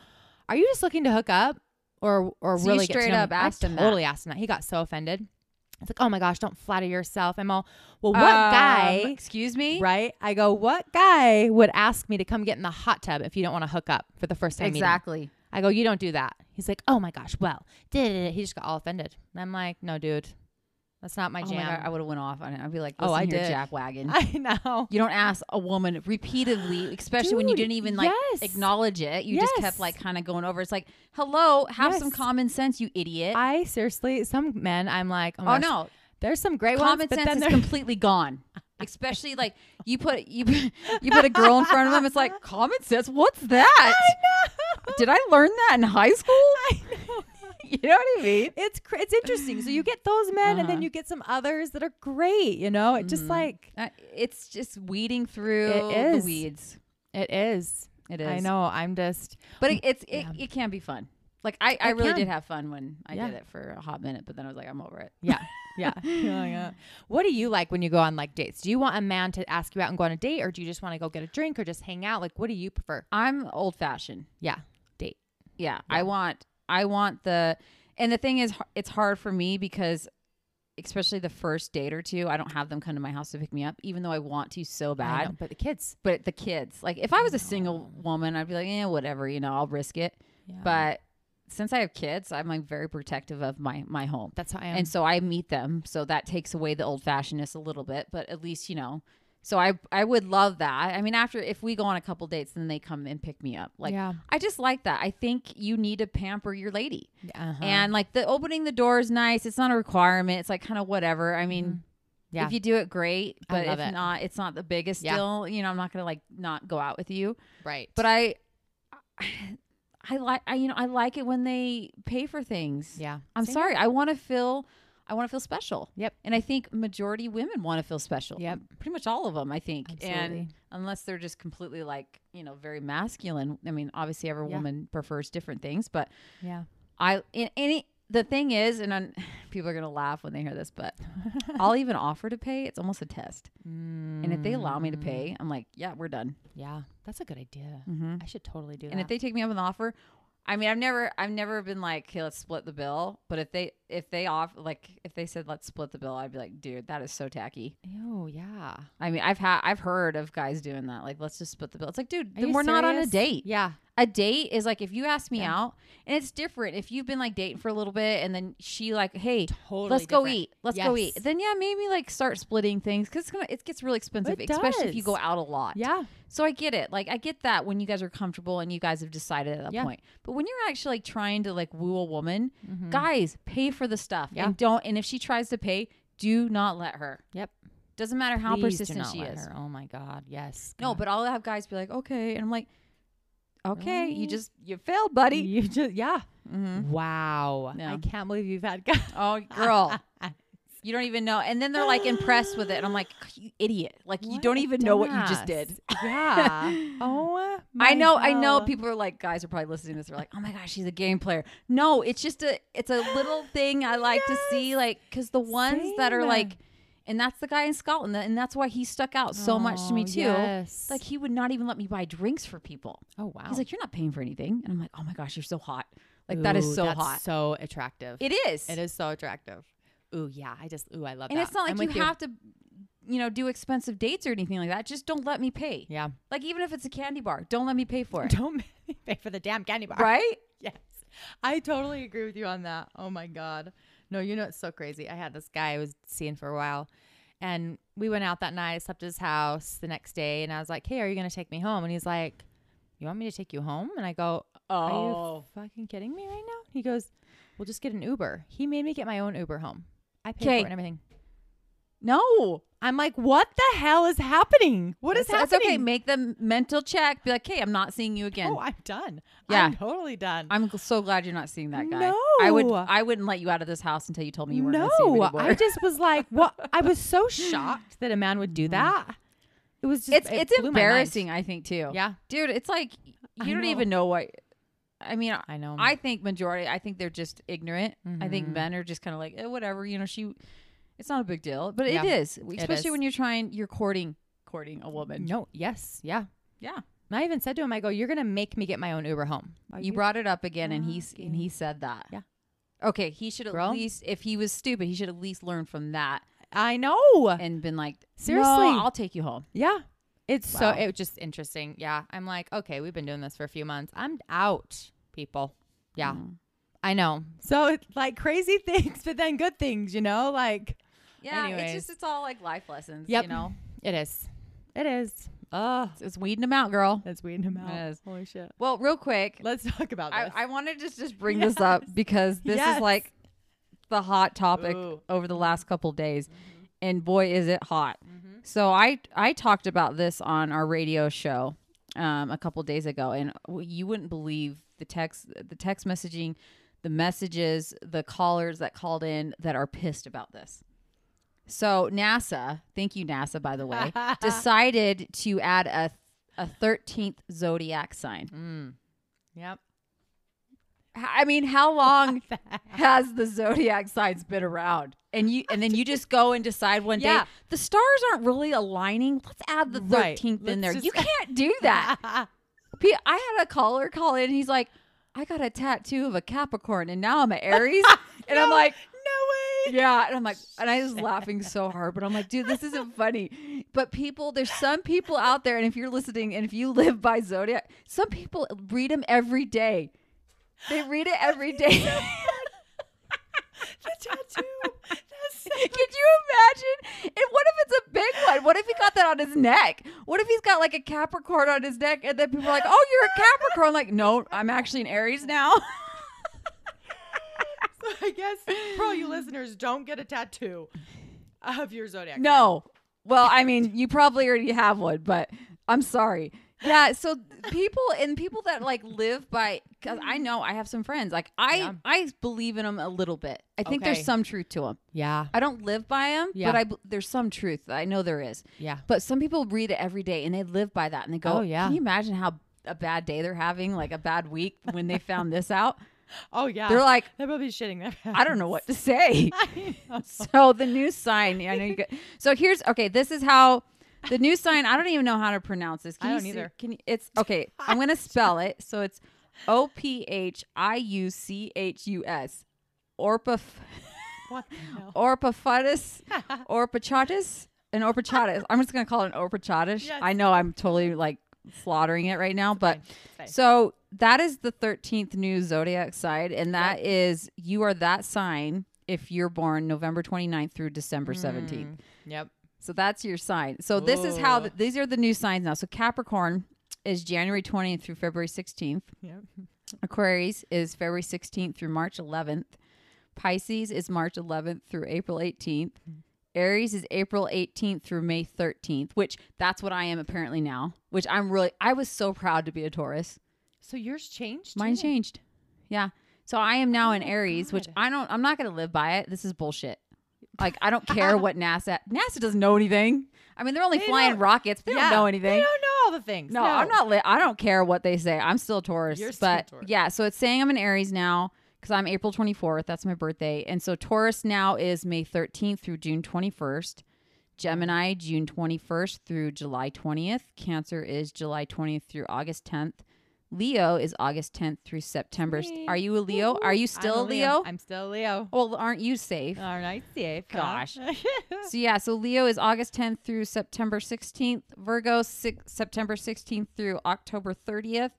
[SPEAKER 3] Are you just looking to hook up? Or, or
[SPEAKER 2] So you
[SPEAKER 3] really get to
[SPEAKER 2] straight
[SPEAKER 3] know
[SPEAKER 2] up
[SPEAKER 3] me?"
[SPEAKER 2] asked
[SPEAKER 3] I
[SPEAKER 2] him that.
[SPEAKER 3] totally asked him that. He got so offended. It's like, oh my gosh, don't flatter yourself. I'm all, well, what guy?
[SPEAKER 2] um, Excuse me.
[SPEAKER 3] Right? I go, what guy would ask me to come get in the hot tub if you don't want to hook up for the first time? meeting?"
[SPEAKER 2] Exactly.
[SPEAKER 3] I go, you don't do that. He's like, oh my gosh, well, did it. He just got all offended. And I'm like, no, dude, that's not my
[SPEAKER 2] Oh my God, I
[SPEAKER 3] jam.
[SPEAKER 2] would have went off on it. I'd be like,
[SPEAKER 3] Oh,
[SPEAKER 2] "Oh,
[SPEAKER 3] I
[SPEAKER 2] I did,
[SPEAKER 3] did.
[SPEAKER 2] Jack Wagon."
[SPEAKER 3] I know.
[SPEAKER 2] you don't ask a woman repeatedly, especially when you
[SPEAKER 3] Dude,
[SPEAKER 2] didn't even like
[SPEAKER 3] yes.
[SPEAKER 2] acknowledge it. You just kept
[SPEAKER 3] Yes.
[SPEAKER 2] like kind of going over. It's like, "Hello, have some
[SPEAKER 3] Yes.
[SPEAKER 2] common sense, you idiot."
[SPEAKER 3] I seriously, some men, I'm like, oh, my
[SPEAKER 2] oh
[SPEAKER 3] gosh,
[SPEAKER 2] no,
[SPEAKER 3] there's some great
[SPEAKER 2] common
[SPEAKER 3] ones, but then
[SPEAKER 2] sense is
[SPEAKER 3] there's
[SPEAKER 2] completely gone. Especially like you put you you put a girl in front of him. It's like common sense. What's that? Did I learn that in high school? you know what I mean?
[SPEAKER 3] it's cr- it's interesting. So you get those men, and then
[SPEAKER 2] Uh-huh.
[SPEAKER 3] you get some others that are great. You know, it just like
[SPEAKER 2] Uh, it's just weeding through
[SPEAKER 3] is.
[SPEAKER 2] the weeds.
[SPEAKER 3] it is.
[SPEAKER 2] It is.
[SPEAKER 3] I know. I'm just
[SPEAKER 2] But it, it's it,
[SPEAKER 3] Mm, Yeah.
[SPEAKER 2] it can be fun. Like I, I
[SPEAKER 3] It
[SPEAKER 2] really
[SPEAKER 3] can.
[SPEAKER 2] did have fun when I
[SPEAKER 3] Yeah.
[SPEAKER 2] did it for a hot minute, but then I was like, I'm over it.
[SPEAKER 3] Yeah. yeah. What do you like when you go on like dates? Do you want a man to ask you out and go on a date or do you just want to go get a drink or just hang out? Like what do you prefer?
[SPEAKER 2] I'm old fashioned.
[SPEAKER 3] Yeah.
[SPEAKER 2] Yeah, I want I want the and the thing is h- it's hard for me because especially the first date or two, I don't have them come to my house to pick me up even though I want to so
[SPEAKER 3] I
[SPEAKER 2] bad.
[SPEAKER 3] know, but the kids.
[SPEAKER 2] But the kids, like if I was a single woman, I'd be like, "Yeah, whatever, you know, I'll risk it."
[SPEAKER 3] Yeah.
[SPEAKER 2] But since I have kids, I'm like very protective of my my home.
[SPEAKER 3] that's how I am.
[SPEAKER 2] And so I meet them. So that takes away the old fashionedness a little bit, but at least, you know. So I I would love that. I mean, after if we go on a couple dates, then they come and pick me up. Like
[SPEAKER 3] yeah.
[SPEAKER 2] I just like that. I think you need to pamper your lady.
[SPEAKER 3] Uh-huh.
[SPEAKER 2] And like the opening the door is nice. It's not a requirement. It's like kind of whatever. I mean,
[SPEAKER 3] Mm-hmm. Yeah.
[SPEAKER 2] if you do it great,
[SPEAKER 3] I
[SPEAKER 2] but if
[SPEAKER 3] love it.
[SPEAKER 2] not, it's not the biggest
[SPEAKER 3] Yeah.
[SPEAKER 2] deal. You know, I'm not going to like not go out with you.
[SPEAKER 3] right.
[SPEAKER 2] But I I like I you know, I like it when they pay for things.
[SPEAKER 3] yeah.
[SPEAKER 2] I'm
[SPEAKER 3] Same
[SPEAKER 2] sorry. I want to feel I want to feel special.
[SPEAKER 3] Yep.
[SPEAKER 2] And I think majority women want to feel special.
[SPEAKER 3] Yep.
[SPEAKER 2] Pretty much all of them, I think. And
[SPEAKER 3] Absolutely.
[SPEAKER 2] unless they're just completely like, you know, very masculine. I mean, obviously every
[SPEAKER 3] Yeah.
[SPEAKER 2] woman prefers different things, but
[SPEAKER 3] Yeah.
[SPEAKER 2] I in any the thing is, and i people are gonna laugh when they hear this, but I'll even offer to pay. It's almost a test. And if they allow
[SPEAKER 3] Mm.
[SPEAKER 2] me to pay, I'm like, yeah, we're done.
[SPEAKER 3] Yeah. That's a good idea.
[SPEAKER 2] Mm-hmm.
[SPEAKER 3] I should totally do that.
[SPEAKER 2] And if they take me up on the offer, I mean, I've never, I've never been like, okay, let's split the bill. But if they, if they off, like, if they said let's split the bill, I'd be like, dude, that is so tacky.
[SPEAKER 3] Ew, yeah.
[SPEAKER 2] I mean, I've had, I've heard of guys doing that. Like, let's just split the bill. It's like, dude,
[SPEAKER 3] Are
[SPEAKER 2] then
[SPEAKER 3] you
[SPEAKER 2] we're not on a
[SPEAKER 3] serious?
[SPEAKER 2] date.
[SPEAKER 3] Yeah.
[SPEAKER 2] A date is like if you ask me out, and it's different. If you've been like dating for a little bit, and then she like, hey,
[SPEAKER 3] Totally.
[SPEAKER 2] let's go eat, let's go eat.
[SPEAKER 3] Yes.
[SPEAKER 2] Then yeah, maybe like start splitting things because it's gonna, it gets really expensive,
[SPEAKER 3] It
[SPEAKER 2] especially if you
[SPEAKER 3] does.
[SPEAKER 2] go out a lot.
[SPEAKER 3] Yeah.
[SPEAKER 2] So I get it. Like I get that when you guys are comfortable and you guys have decided at that
[SPEAKER 3] Yeah.
[SPEAKER 2] point. But when you're actually like trying to like woo a woman,
[SPEAKER 3] Mhm.
[SPEAKER 2] guys, pay for the stuff.
[SPEAKER 3] Yeah.
[SPEAKER 2] And don't and if she tries to pay, do not let her.
[SPEAKER 3] Yep.
[SPEAKER 2] Doesn't matter how
[SPEAKER 3] Please do
[SPEAKER 2] persistent
[SPEAKER 3] not
[SPEAKER 2] she
[SPEAKER 3] let
[SPEAKER 2] is.
[SPEAKER 3] her. Oh my God. Yes.
[SPEAKER 2] No,
[SPEAKER 3] God.
[SPEAKER 2] but I'll have guys be like, okay. And I'm like, okay, you
[SPEAKER 3] Really?
[SPEAKER 2] just you failed, buddy.
[SPEAKER 3] you just yeah.
[SPEAKER 2] Mm-hmm.
[SPEAKER 3] Wow.
[SPEAKER 2] No.
[SPEAKER 3] I can't believe you've had guys.
[SPEAKER 2] Oh girl. You don't even know. And then they're like impressed with it. And I'm like, you idiot. Like you
[SPEAKER 3] What
[SPEAKER 2] don't
[SPEAKER 3] a
[SPEAKER 2] even know what you just
[SPEAKER 3] dumbass.
[SPEAKER 2] did.
[SPEAKER 3] Yeah. oh my
[SPEAKER 2] I know, I know.
[SPEAKER 3] God.
[SPEAKER 2] People are like, guys are probably listening to this. They're like, oh my gosh, she's a game player. No, it's just a, it's a little thing I like to see, like, because the ones that are
[SPEAKER 3] Same.
[SPEAKER 2] like, and that's the guy in Scotland, tha- and that's why he stuck out so much to me
[SPEAKER 3] Oh,
[SPEAKER 2] too.
[SPEAKER 3] yes.
[SPEAKER 2] Like he would not even let me buy drinks for people.
[SPEAKER 3] oh wow.
[SPEAKER 2] He's like, you're not paying for anything, and I'm like, oh my gosh, you're so hot. Like that is
[SPEAKER 3] Ooh,
[SPEAKER 2] so
[SPEAKER 3] that's
[SPEAKER 2] hot.
[SPEAKER 3] So attractive.
[SPEAKER 2] It is.
[SPEAKER 3] It is so attractive. Ooh, yeah. I just ooh, I love
[SPEAKER 2] And
[SPEAKER 3] that.
[SPEAKER 2] it's not
[SPEAKER 3] I'm
[SPEAKER 2] like you,
[SPEAKER 3] with
[SPEAKER 2] have to, you know, do expensive dates or anything like that. Just don't let me pay.
[SPEAKER 3] Yeah.
[SPEAKER 2] Like even if it's a candy bar, don't let me pay for it.
[SPEAKER 3] Don't make me pay for the damn candy bar.
[SPEAKER 2] right?
[SPEAKER 3] Yes. I totally agree with you on that. Oh my God. No, you know, it's so crazy. I had this guy I was seeing for a while and we went out that night. I slept at his house the next day and I was like, hey, are you going to take me home? And he's like, you want me to take you home? And I go,
[SPEAKER 2] Oh.
[SPEAKER 3] are you fucking kidding me right now? He goes, we'll just get an Uber. He made me get my own Uber home. I paid for
[SPEAKER 2] Okay.
[SPEAKER 3] it and everything.
[SPEAKER 2] No.
[SPEAKER 3] I'm like, what the hell is happening? What is
[SPEAKER 2] It's- it's
[SPEAKER 3] happening?
[SPEAKER 2] okay. Make the mental check. Be like, hey, I'm not seeing you again.
[SPEAKER 3] oh, I'm done.
[SPEAKER 2] Yeah.
[SPEAKER 3] I'm totally done.
[SPEAKER 2] I'm gl- so glad you're not seeing that guy. I would.
[SPEAKER 3] No.
[SPEAKER 2] I wouldn't let you out of this house until you told me you weren't
[SPEAKER 3] no,
[SPEAKER 2] gonna see me anymore.
[SPEAKER 3] I just was like, what? I was so shocked that a man would do that. It was just,
[SPEAKER 2] Mm-hmm.
[SPEAKER 3] it
[SPEAKER 2] it's it's
[SPEAKER 3] blew my mind.
[SPEAKER 2] embarrassing. I think too.
[SPEAKER 3] Yeah,
[SPEAKER 2] dude. It's like you
[SPEAKER 3] I
[SPEAKER 2] don't
[SPEAKER 3] know. Um.
[SPEAKER 2] even know what. I mean,
[SPEAKER 3] I know.
[SPEAKER 2] I think majority. I think they're just ignorant. I think
[SPEAKER 3] Mhm.
[SPEAKER 2] men are just kind of like, eh, whatever. You know, she. It's not a big deal, but
[SPEAKER 3] Yeah.
[SPEAKER 2] it is, especially
[SPEAKER 3] is.
[SPEAKER 2] when you're trying. You're courting, courting a woman.
[SPEAKER 3] no, yes, yeah.
[SPEAKER 2] Yeah.
[SPEAKER 3] And I even said to him, I go, you're gonna make me get my own Uber home. Are
[SPEAKER 2] you brought it up again, and he
[SPEAKER 3] fucking-
[SPEAKER 2] and he said that.
[SPEAKER 3] Ah, Yeah.
[SPEAKER 2] Okay, he should at
[SPEAKER 3] Girl.
[SPEAKER 2] least, if he was stupid, he should at least learn from that
[SPEAKER 3] I know.
[SPEAKER 2] and been like,
[SPEAKER 3] Seriously.
[SPEAKER 2] "No, I'll take you home."
[SPEAKER 3] Yeah. It's
[SPEAKER 2] Wow.
[SPEAKER 3] so it was just interesting. Yeah. I'm like, okay, we've been doing this for a few months. I'm out, people. Yeah.
[SPEAKER 2] Mm.
[SPEAKER 3] I know. So it's like crazy things, but then good things, you know? Like
[SPEAKER 2] Yeah, it's
[SPEAKER 3] Anyways.
[SPEAKER 2] just it's all like life lessons.
[SPEAKER 3] Yep.
[SPEAKER 2] You know,
[SPEAKER 3] it is. It is. Oh,
[SPEAKER 2] it's, it's weeding them out, girl.
[SPEAKER 3] that's weeding him
[SPEAKER 2] out. It is.
[SPEAKER 3] Holy shit.
[SPEAKER 2] Well, real quick,
[SPEAKER 3] Let's talk about
[SPEAKER 2] I,
[SPEAKER 3] this.
[SPEAKER 2] I wanted to just bring this up because this is
[SPEAKER 3] Yes.
[SPEAKER 2] like the hot topic
[SPEAKER 3] Ooh. Mm-hmm.
[SPEAKER 2] over the last couple days, and boy, is it hot! So I I talked about this on our radio show um, a couple days ago, and w- you wouldn't believe the text the text messaging, the messages, the callers that called in that are pissed about this. So NASA, thank you NASA by the way, decided to add a a 13th zodiac sign.
[SPEAKER 3] Mm. Yep.
[SPEAKER 2] I mean, how long has the zodiac signs been around? And you and then you just go and decide one
[SPEAKER 3] Yeah.
[SPEAKER 2] day the stars aren't really aligning. Let's add the
[SPEAKER 3] Right.
[SPEAKER 2] 13th in
[SPEAKER 3] Let's
[SPEAKER 2] there.
[SPEAKER 3] just-
[SPEAKER 2] You can't do that. P- I had a caller call in and he's like, "I got a tattoo of a Capricorn and now I'm an Aries." and I'm
[SPEAKER 3] No.
[SPEAKER 2] like,
[SPEAKER 3] No way.
[SPEAKER 2] yeah, and I'm like, and I was laughing so hard, but I'm like, dude, this isn't funny. But people, there's some people out there, and if you're listening, and if you live by zodiac, some people read them every day. They read it every day.
[SPEAKER 3] The tattoo. That's so
[SPEAKER 2] Could you imagine? And what if it's a big one? What if he got that on his neck? What if he's got like a Capricorn on his neck, and then people are like, "Oh, you're a Capricorn." like, no, I'm actually an Aries now.
[SPEAKER 3] I guess for all you listeners, don't get a tattoo of your zodiac.
[SPEAKER 2] No. Well, I mean, you probably already have one, but I'm sorry. Yeah, so people and people that like live by cuz I know I have some friends. Like I
[SPEAKER 4] Yeah.
[SPEAKER 2] I believe in them a little bit. I think
[SPEAKER 3] Okay.
[SPEAKER 2] there's some truth to them.
[SPEAKER 4] Yeah.
[SPEAKER 2] I don't live by them,
[SPEAKER 4] Yeah.
[SPEAKER 2] but I bel- there's some truth. I know there is.
[SPEAKER 4] Yeah.
[SPEAKER 2] But some people read it every day and they live by that and they go,
[SPEAKER 4] Oh, yeah.
[SPEAKER 2] "Can you imagine how a bad day they're having, like a bad week when they found this out?"
[SPEAKER 3] friend. Oh yeah.
[SPEAKER 2] They're like,
[SPEAKER 3] they're probably shitting their pants.
[SPEAKER 2] "I don't know what to say." so the new sign i know you got so here's okay this is how the new sign i don't even know how to pronounce this
[SPEAKER 3] I
[SPEAKER 2] you
[SPEAKER 3] don't
[SPEAKER 2] see-
[SPEAKER 3] either.
[SPEAKER 2] can you, it's okay i'm gonna spell it so it's o-p-h-i-u-c-h-u-s orpif
[SPEAKER 3] What the hell?
[SPEAKER 2] orpifidus orpichatus an orpichatus i'm just gonna call it an orpichatus
[SPEAKER 3] Yes.
[SPEAKER 2] i know i'm totally like slaughtering it right now but
[SPEAKER 3] fine.
[SPEAKER 2] so that is the 13th new zodiac side and that is you are that sign if you're born November 29th through December 17th.
[SPEAKER 3] Yep.
[SPEAKER 2] So that's your sign. So this is how
[SPEAKER 3] Ooh.
[SPEAKER 2] th- these are the new signs now. So Capricorn is January 20th through February 16th.
[SPEAKER 3] Yep.
[SPEAKER 2] Aquarius is February 16th through March 11th. Pisces is March 11th through April 18th. Aries is April 18th through May 13th, which that's what I am apparently now, which I'm really I was so proud to be a Taurus.
[SPEAKER 3] So yours changed.
[SPEAKER 2] Mine
[SPEAKER 3] too? Oh
[SPEAKER 2] changed. Yeah. So I am now an Aries, which
[SPEAKER 3] God.
[SPEAKER 2] I don't I'm not going to live by it. This is bullshit. Like I don't care what NASA NASA doesn't know anything. I mean, they're only
[SPEAKER 3] They
[SPEAKER 2] flying
[SPEAKER 3] don't-
[SPEAKER 2] rockets. They
[SPEAKER 3] Yeah,
[SPEAKER 2] don't know anything.
[SPEAKER 3] They don't know all the things.
[SPEAKER 2] No, I'm not. Li- I don't care what they say. I'm still a Taurus.
[SPEAKER 3] You're still a
[SPEAKER 2] but
[SPEAKER 3] Taurus.
[SPEAKER 2] yeah, so it's saying I'm an Aries now because I'm April 24th. That's my birthday, and so Taurus now is May 13th through June 21st. Gemini June 21st through July 20th. Cancer is July 20th through August 10th. Leo is August 10th through September.
[SPEAKER 3] It's me.
[SPEAKER 2] Are you a Leo? Are you
[SPEAKER 3] I'm
[SPEAKER 2] still
[SPEAKER 3] a
[SPEAKER 2] a Leo?
[SPEAKER 3] I'm still a Leo.
[SPEAKER 2] Well, aren't you safe?
[SPEAKER 3] All right, safe. huh?
[SPEAKER 2] Gosh. so yeah, so Leo is August 10th through September 16th. Virgo six, September 16th through October 30th.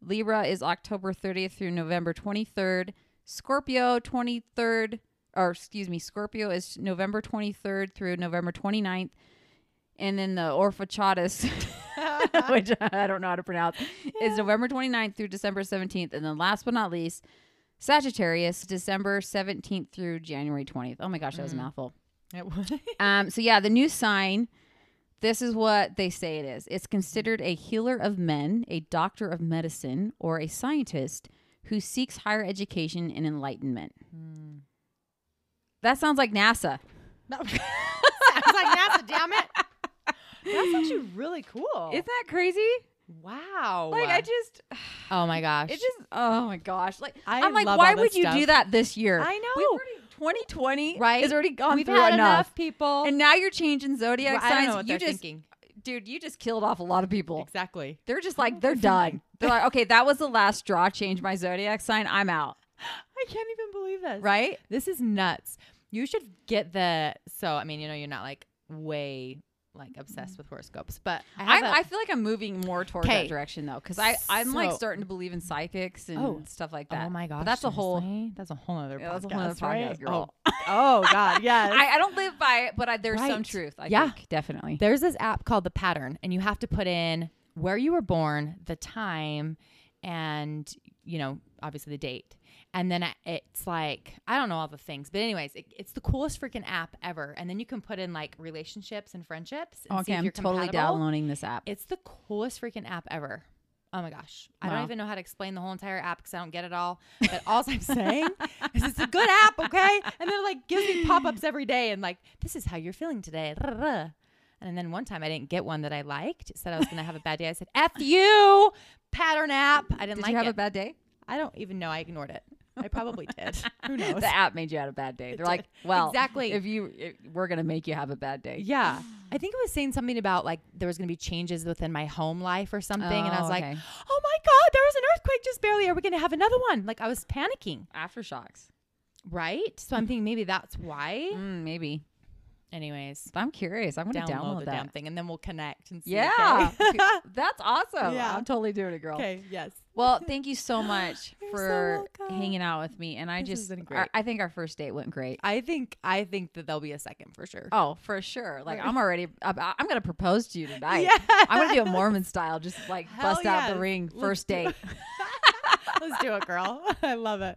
[SPEAKER 2] Libra is October 30th through November 23rd. Scorpio 23rd or excuse me, Scorpio is November 23rd through November 29th. And then the Orphachatus, which I don't know how to pronounce, is November 29th through December 17th. And then last but not least, Sagittarius, December 17th through January 20th. Oh my gosh, that was a mouthful.
[SPEAKER 3] It was-
[SPEAKER 2] Um, so yeah, the new sign. This is what they say it is. It's considered a healer of men, a doctor of medicine, or a scientist who seeks higher education and enlightenment.
[SPEAKER 3] Hmm.
[SPEAKER 2] That sounds like NASA.
[SPEAKER 3] no. Sounds like NASA. Damn it. That's actually really cool.
[SPEAKER 2] Isn't that crazy?
[SPEAKER 3] Oh. wow.
[SPEAKER 2] Like I just,
[SPEAKER 4] Oh my gosh.
[SPEAKER 2] it just, oh my gosh! Like
[SPEAKER 3] I
[SPEAKER 2] am like,
[SPEAKER 3] love
[SPEAKER 2] why
[SPEAKER 3] all this
[SPEAKER 2] would you do
[SPEAKER 3] stuff.
[SPEAKER 2] that this year?
[SPEAKER 3] I
[SPEAKER 2] We've
[SPEAKER 3] know.
[SPEAKER 2] already- 2020
[SPEAKER 4] Right?
[SPEAKER 2] has already gone
[SPEAKER 3] We've
[SPEAKER 2] through
[SPEAKER 3] had enough,
[SPEAKER 2] enough.
[SPEAKER 3] people.
[SPEAKER 2] and now you're changing
[SPEAKER 3] Well,
[SPEAKER 2] zodiac
[SPEAKER 3] I don't
[SPEAKER 2] signs.
[SPEAKER 3] know what
[SPEAKER 2] you
[SPEAKER 3] they're
[SPEAKER 2] just,
[SPEAKER 3] thinking.
[SPEAKER 2] dude, you just killed off a lot of people.
[SPEAKER 3] Exactly.
[SPEAKER 2] They're just like they're done. They're like, okay, that was the last straw. Change my zodiac sign. I'm out.
[SPEAKER 3] I can't even believe this.
[SPEAKER 2] Right?
[SPEAKER 3] This is nuts. You should get the. So I mean, you know, you're not like way like obsessed with horoscopes, but I
[SPEAKER 2] I,
[SPEAKER 3] have. a-
[SPEAKER 2] I feel like I'm moving more toward that
[SPEAKER 3] Okay.
[SPEAKER 2] direction though, because I I'm like
[SPEAKER 3] So-
[SPEAKER 2] starting to believe in psychics and
[SPEAKER 3] Oh.
[SPEAKER 2] stuff like that.
[SPEAKER 3] oh my gosh,
[SPEAKER 2] But that's a whole.
[SPEAKER 3] seriously? That's a whole other
[SPEAKER 2] Yeah,
[SPEAKER 3] podcast.
[SPEAKER 2] that's a whole other
[SPEAKER 3] right?
[SPEAKER 2] podcast, girl.
[SPEAKER 3] Oh, oh god, yes.
[SPEAKER 2] I, I don't live by it, but I, there's some
[SPEAKER 3] Right.
[SPEAKER 2] truth. I
[SPEAKER 3] Yeah.
[SPEAKER 2] think, definitely.
[SPEAKER 3] There's this app called The Pattern, and you have to put in where you were born, the time, and you know, obviously the date. And then I- it's like I don't know all the things, but anyways, it, it's the coolest freaking app ever. And then you can put in like relationships and friendships. And see
[SPEAKER 2] okay,
[SPEAKER 3] if
[SPEAKER 2] I'm
[SPEAKER 3] you're
[SPEAKER 2] totally
[SPEAKER 3] compatible.
[SPEAKER 2] downloading this app.
[SPEAKER 3] It's the coolest freaking app ever. Oh my gosh. I
[SPEAKER 2] Wow.
[SPEAKER 3] don't even know how to explain the whole entire app because I don't get it all. But all I'm saying is it's a good app, okay? And then it like gives me pop ups every day and like, this is how you're feeling today. And then one time I didn't get one that I liked. It said I was going to have a bad day. I said, F you, pattern app. I didn't
[SPEAKER 2] Did
[SPEAKER 3] like
[SPEAKER 2] you have
[SPEAKER 3] it.
[SPEAKER 2] a bad day?
[SPEAKER 1] I don't even know. I ignored it. I probably did. Who knows?
[SPEAKER 2] The app made you have a bad day. They're like, well,
[SPEAKER 1] Exactly.
[SPEAKER 2] If you, if we're gonna make you have a bad day.
[SPEAKER 1] yeah.
[SPEAKER 3] I think it was saying something about like there was going to be changes within my home life or something, and I
[SPEAKER 2] Oh,
[SPEAKER 3] was like,
[SPEAKER 2] okay.
[SPEAKER 3] "Oh my god, there was an earthquake just barely. Are we going to have another one?" Like I was panicking,
[SPEAKER 2] Aftershocks.
[SPEAKER 3] right? So I'm thinking maybe that's why.
[SPEAKER 2] Mm, maybe.
[SPEAKER 3] Anyways,
[SPEAKER 2] I'm curious. I'm gonna
[SPEAKER 3] download,
[SPEAKER 2] download,
[SPEAKER 3] the
[SPEAKER 2] that.
[SPEAKER 3] damn thing, and then we'll connect and see.
[SPEAKER 2] Yeah, that's awesome.
[SPEAKER 1] Yeah.
[SPEAKER 2] I'm totally doing it, girl.
[SPEAKER 1] Okay. Yes.
[SPEAKER 2] Well, thank you so much
[SPEAKER 1] You're so
[SPEAKER 2] for
[SPEAKER 1] welcome.
[SPEAKER 2] hanging out with me. And I
[SPEAKER 1] This has
[SPEAKER 2] just,
[SPEAKER 1] been
[SPEAKER 2] our-
[SPEAKER 1] great.
[SPEAKER 2] I think our first date went great.
[SPEAKER 3] I think I think that there'll be a second for sure.
[SPEAKER 2] Oh, for sure. Like I'm already, I- I'm gonna propose to you tonight.
[SPEAKER 1] Yeah.
[SPEAKER 2] I'm gonna do a Mormon style, just like
[SPEAKER 1] Hell
[SPEAKER 2] bust out
[SPEAKER 1] yes.
[SPEAKER 2] the ring,
[SPEAKER 1] Let's
[SPEAKER 2] first
[SPEAKER 1] do
[SPEAKER 2] date.
[SPEAKER 1] Let's do it, girl. I love it.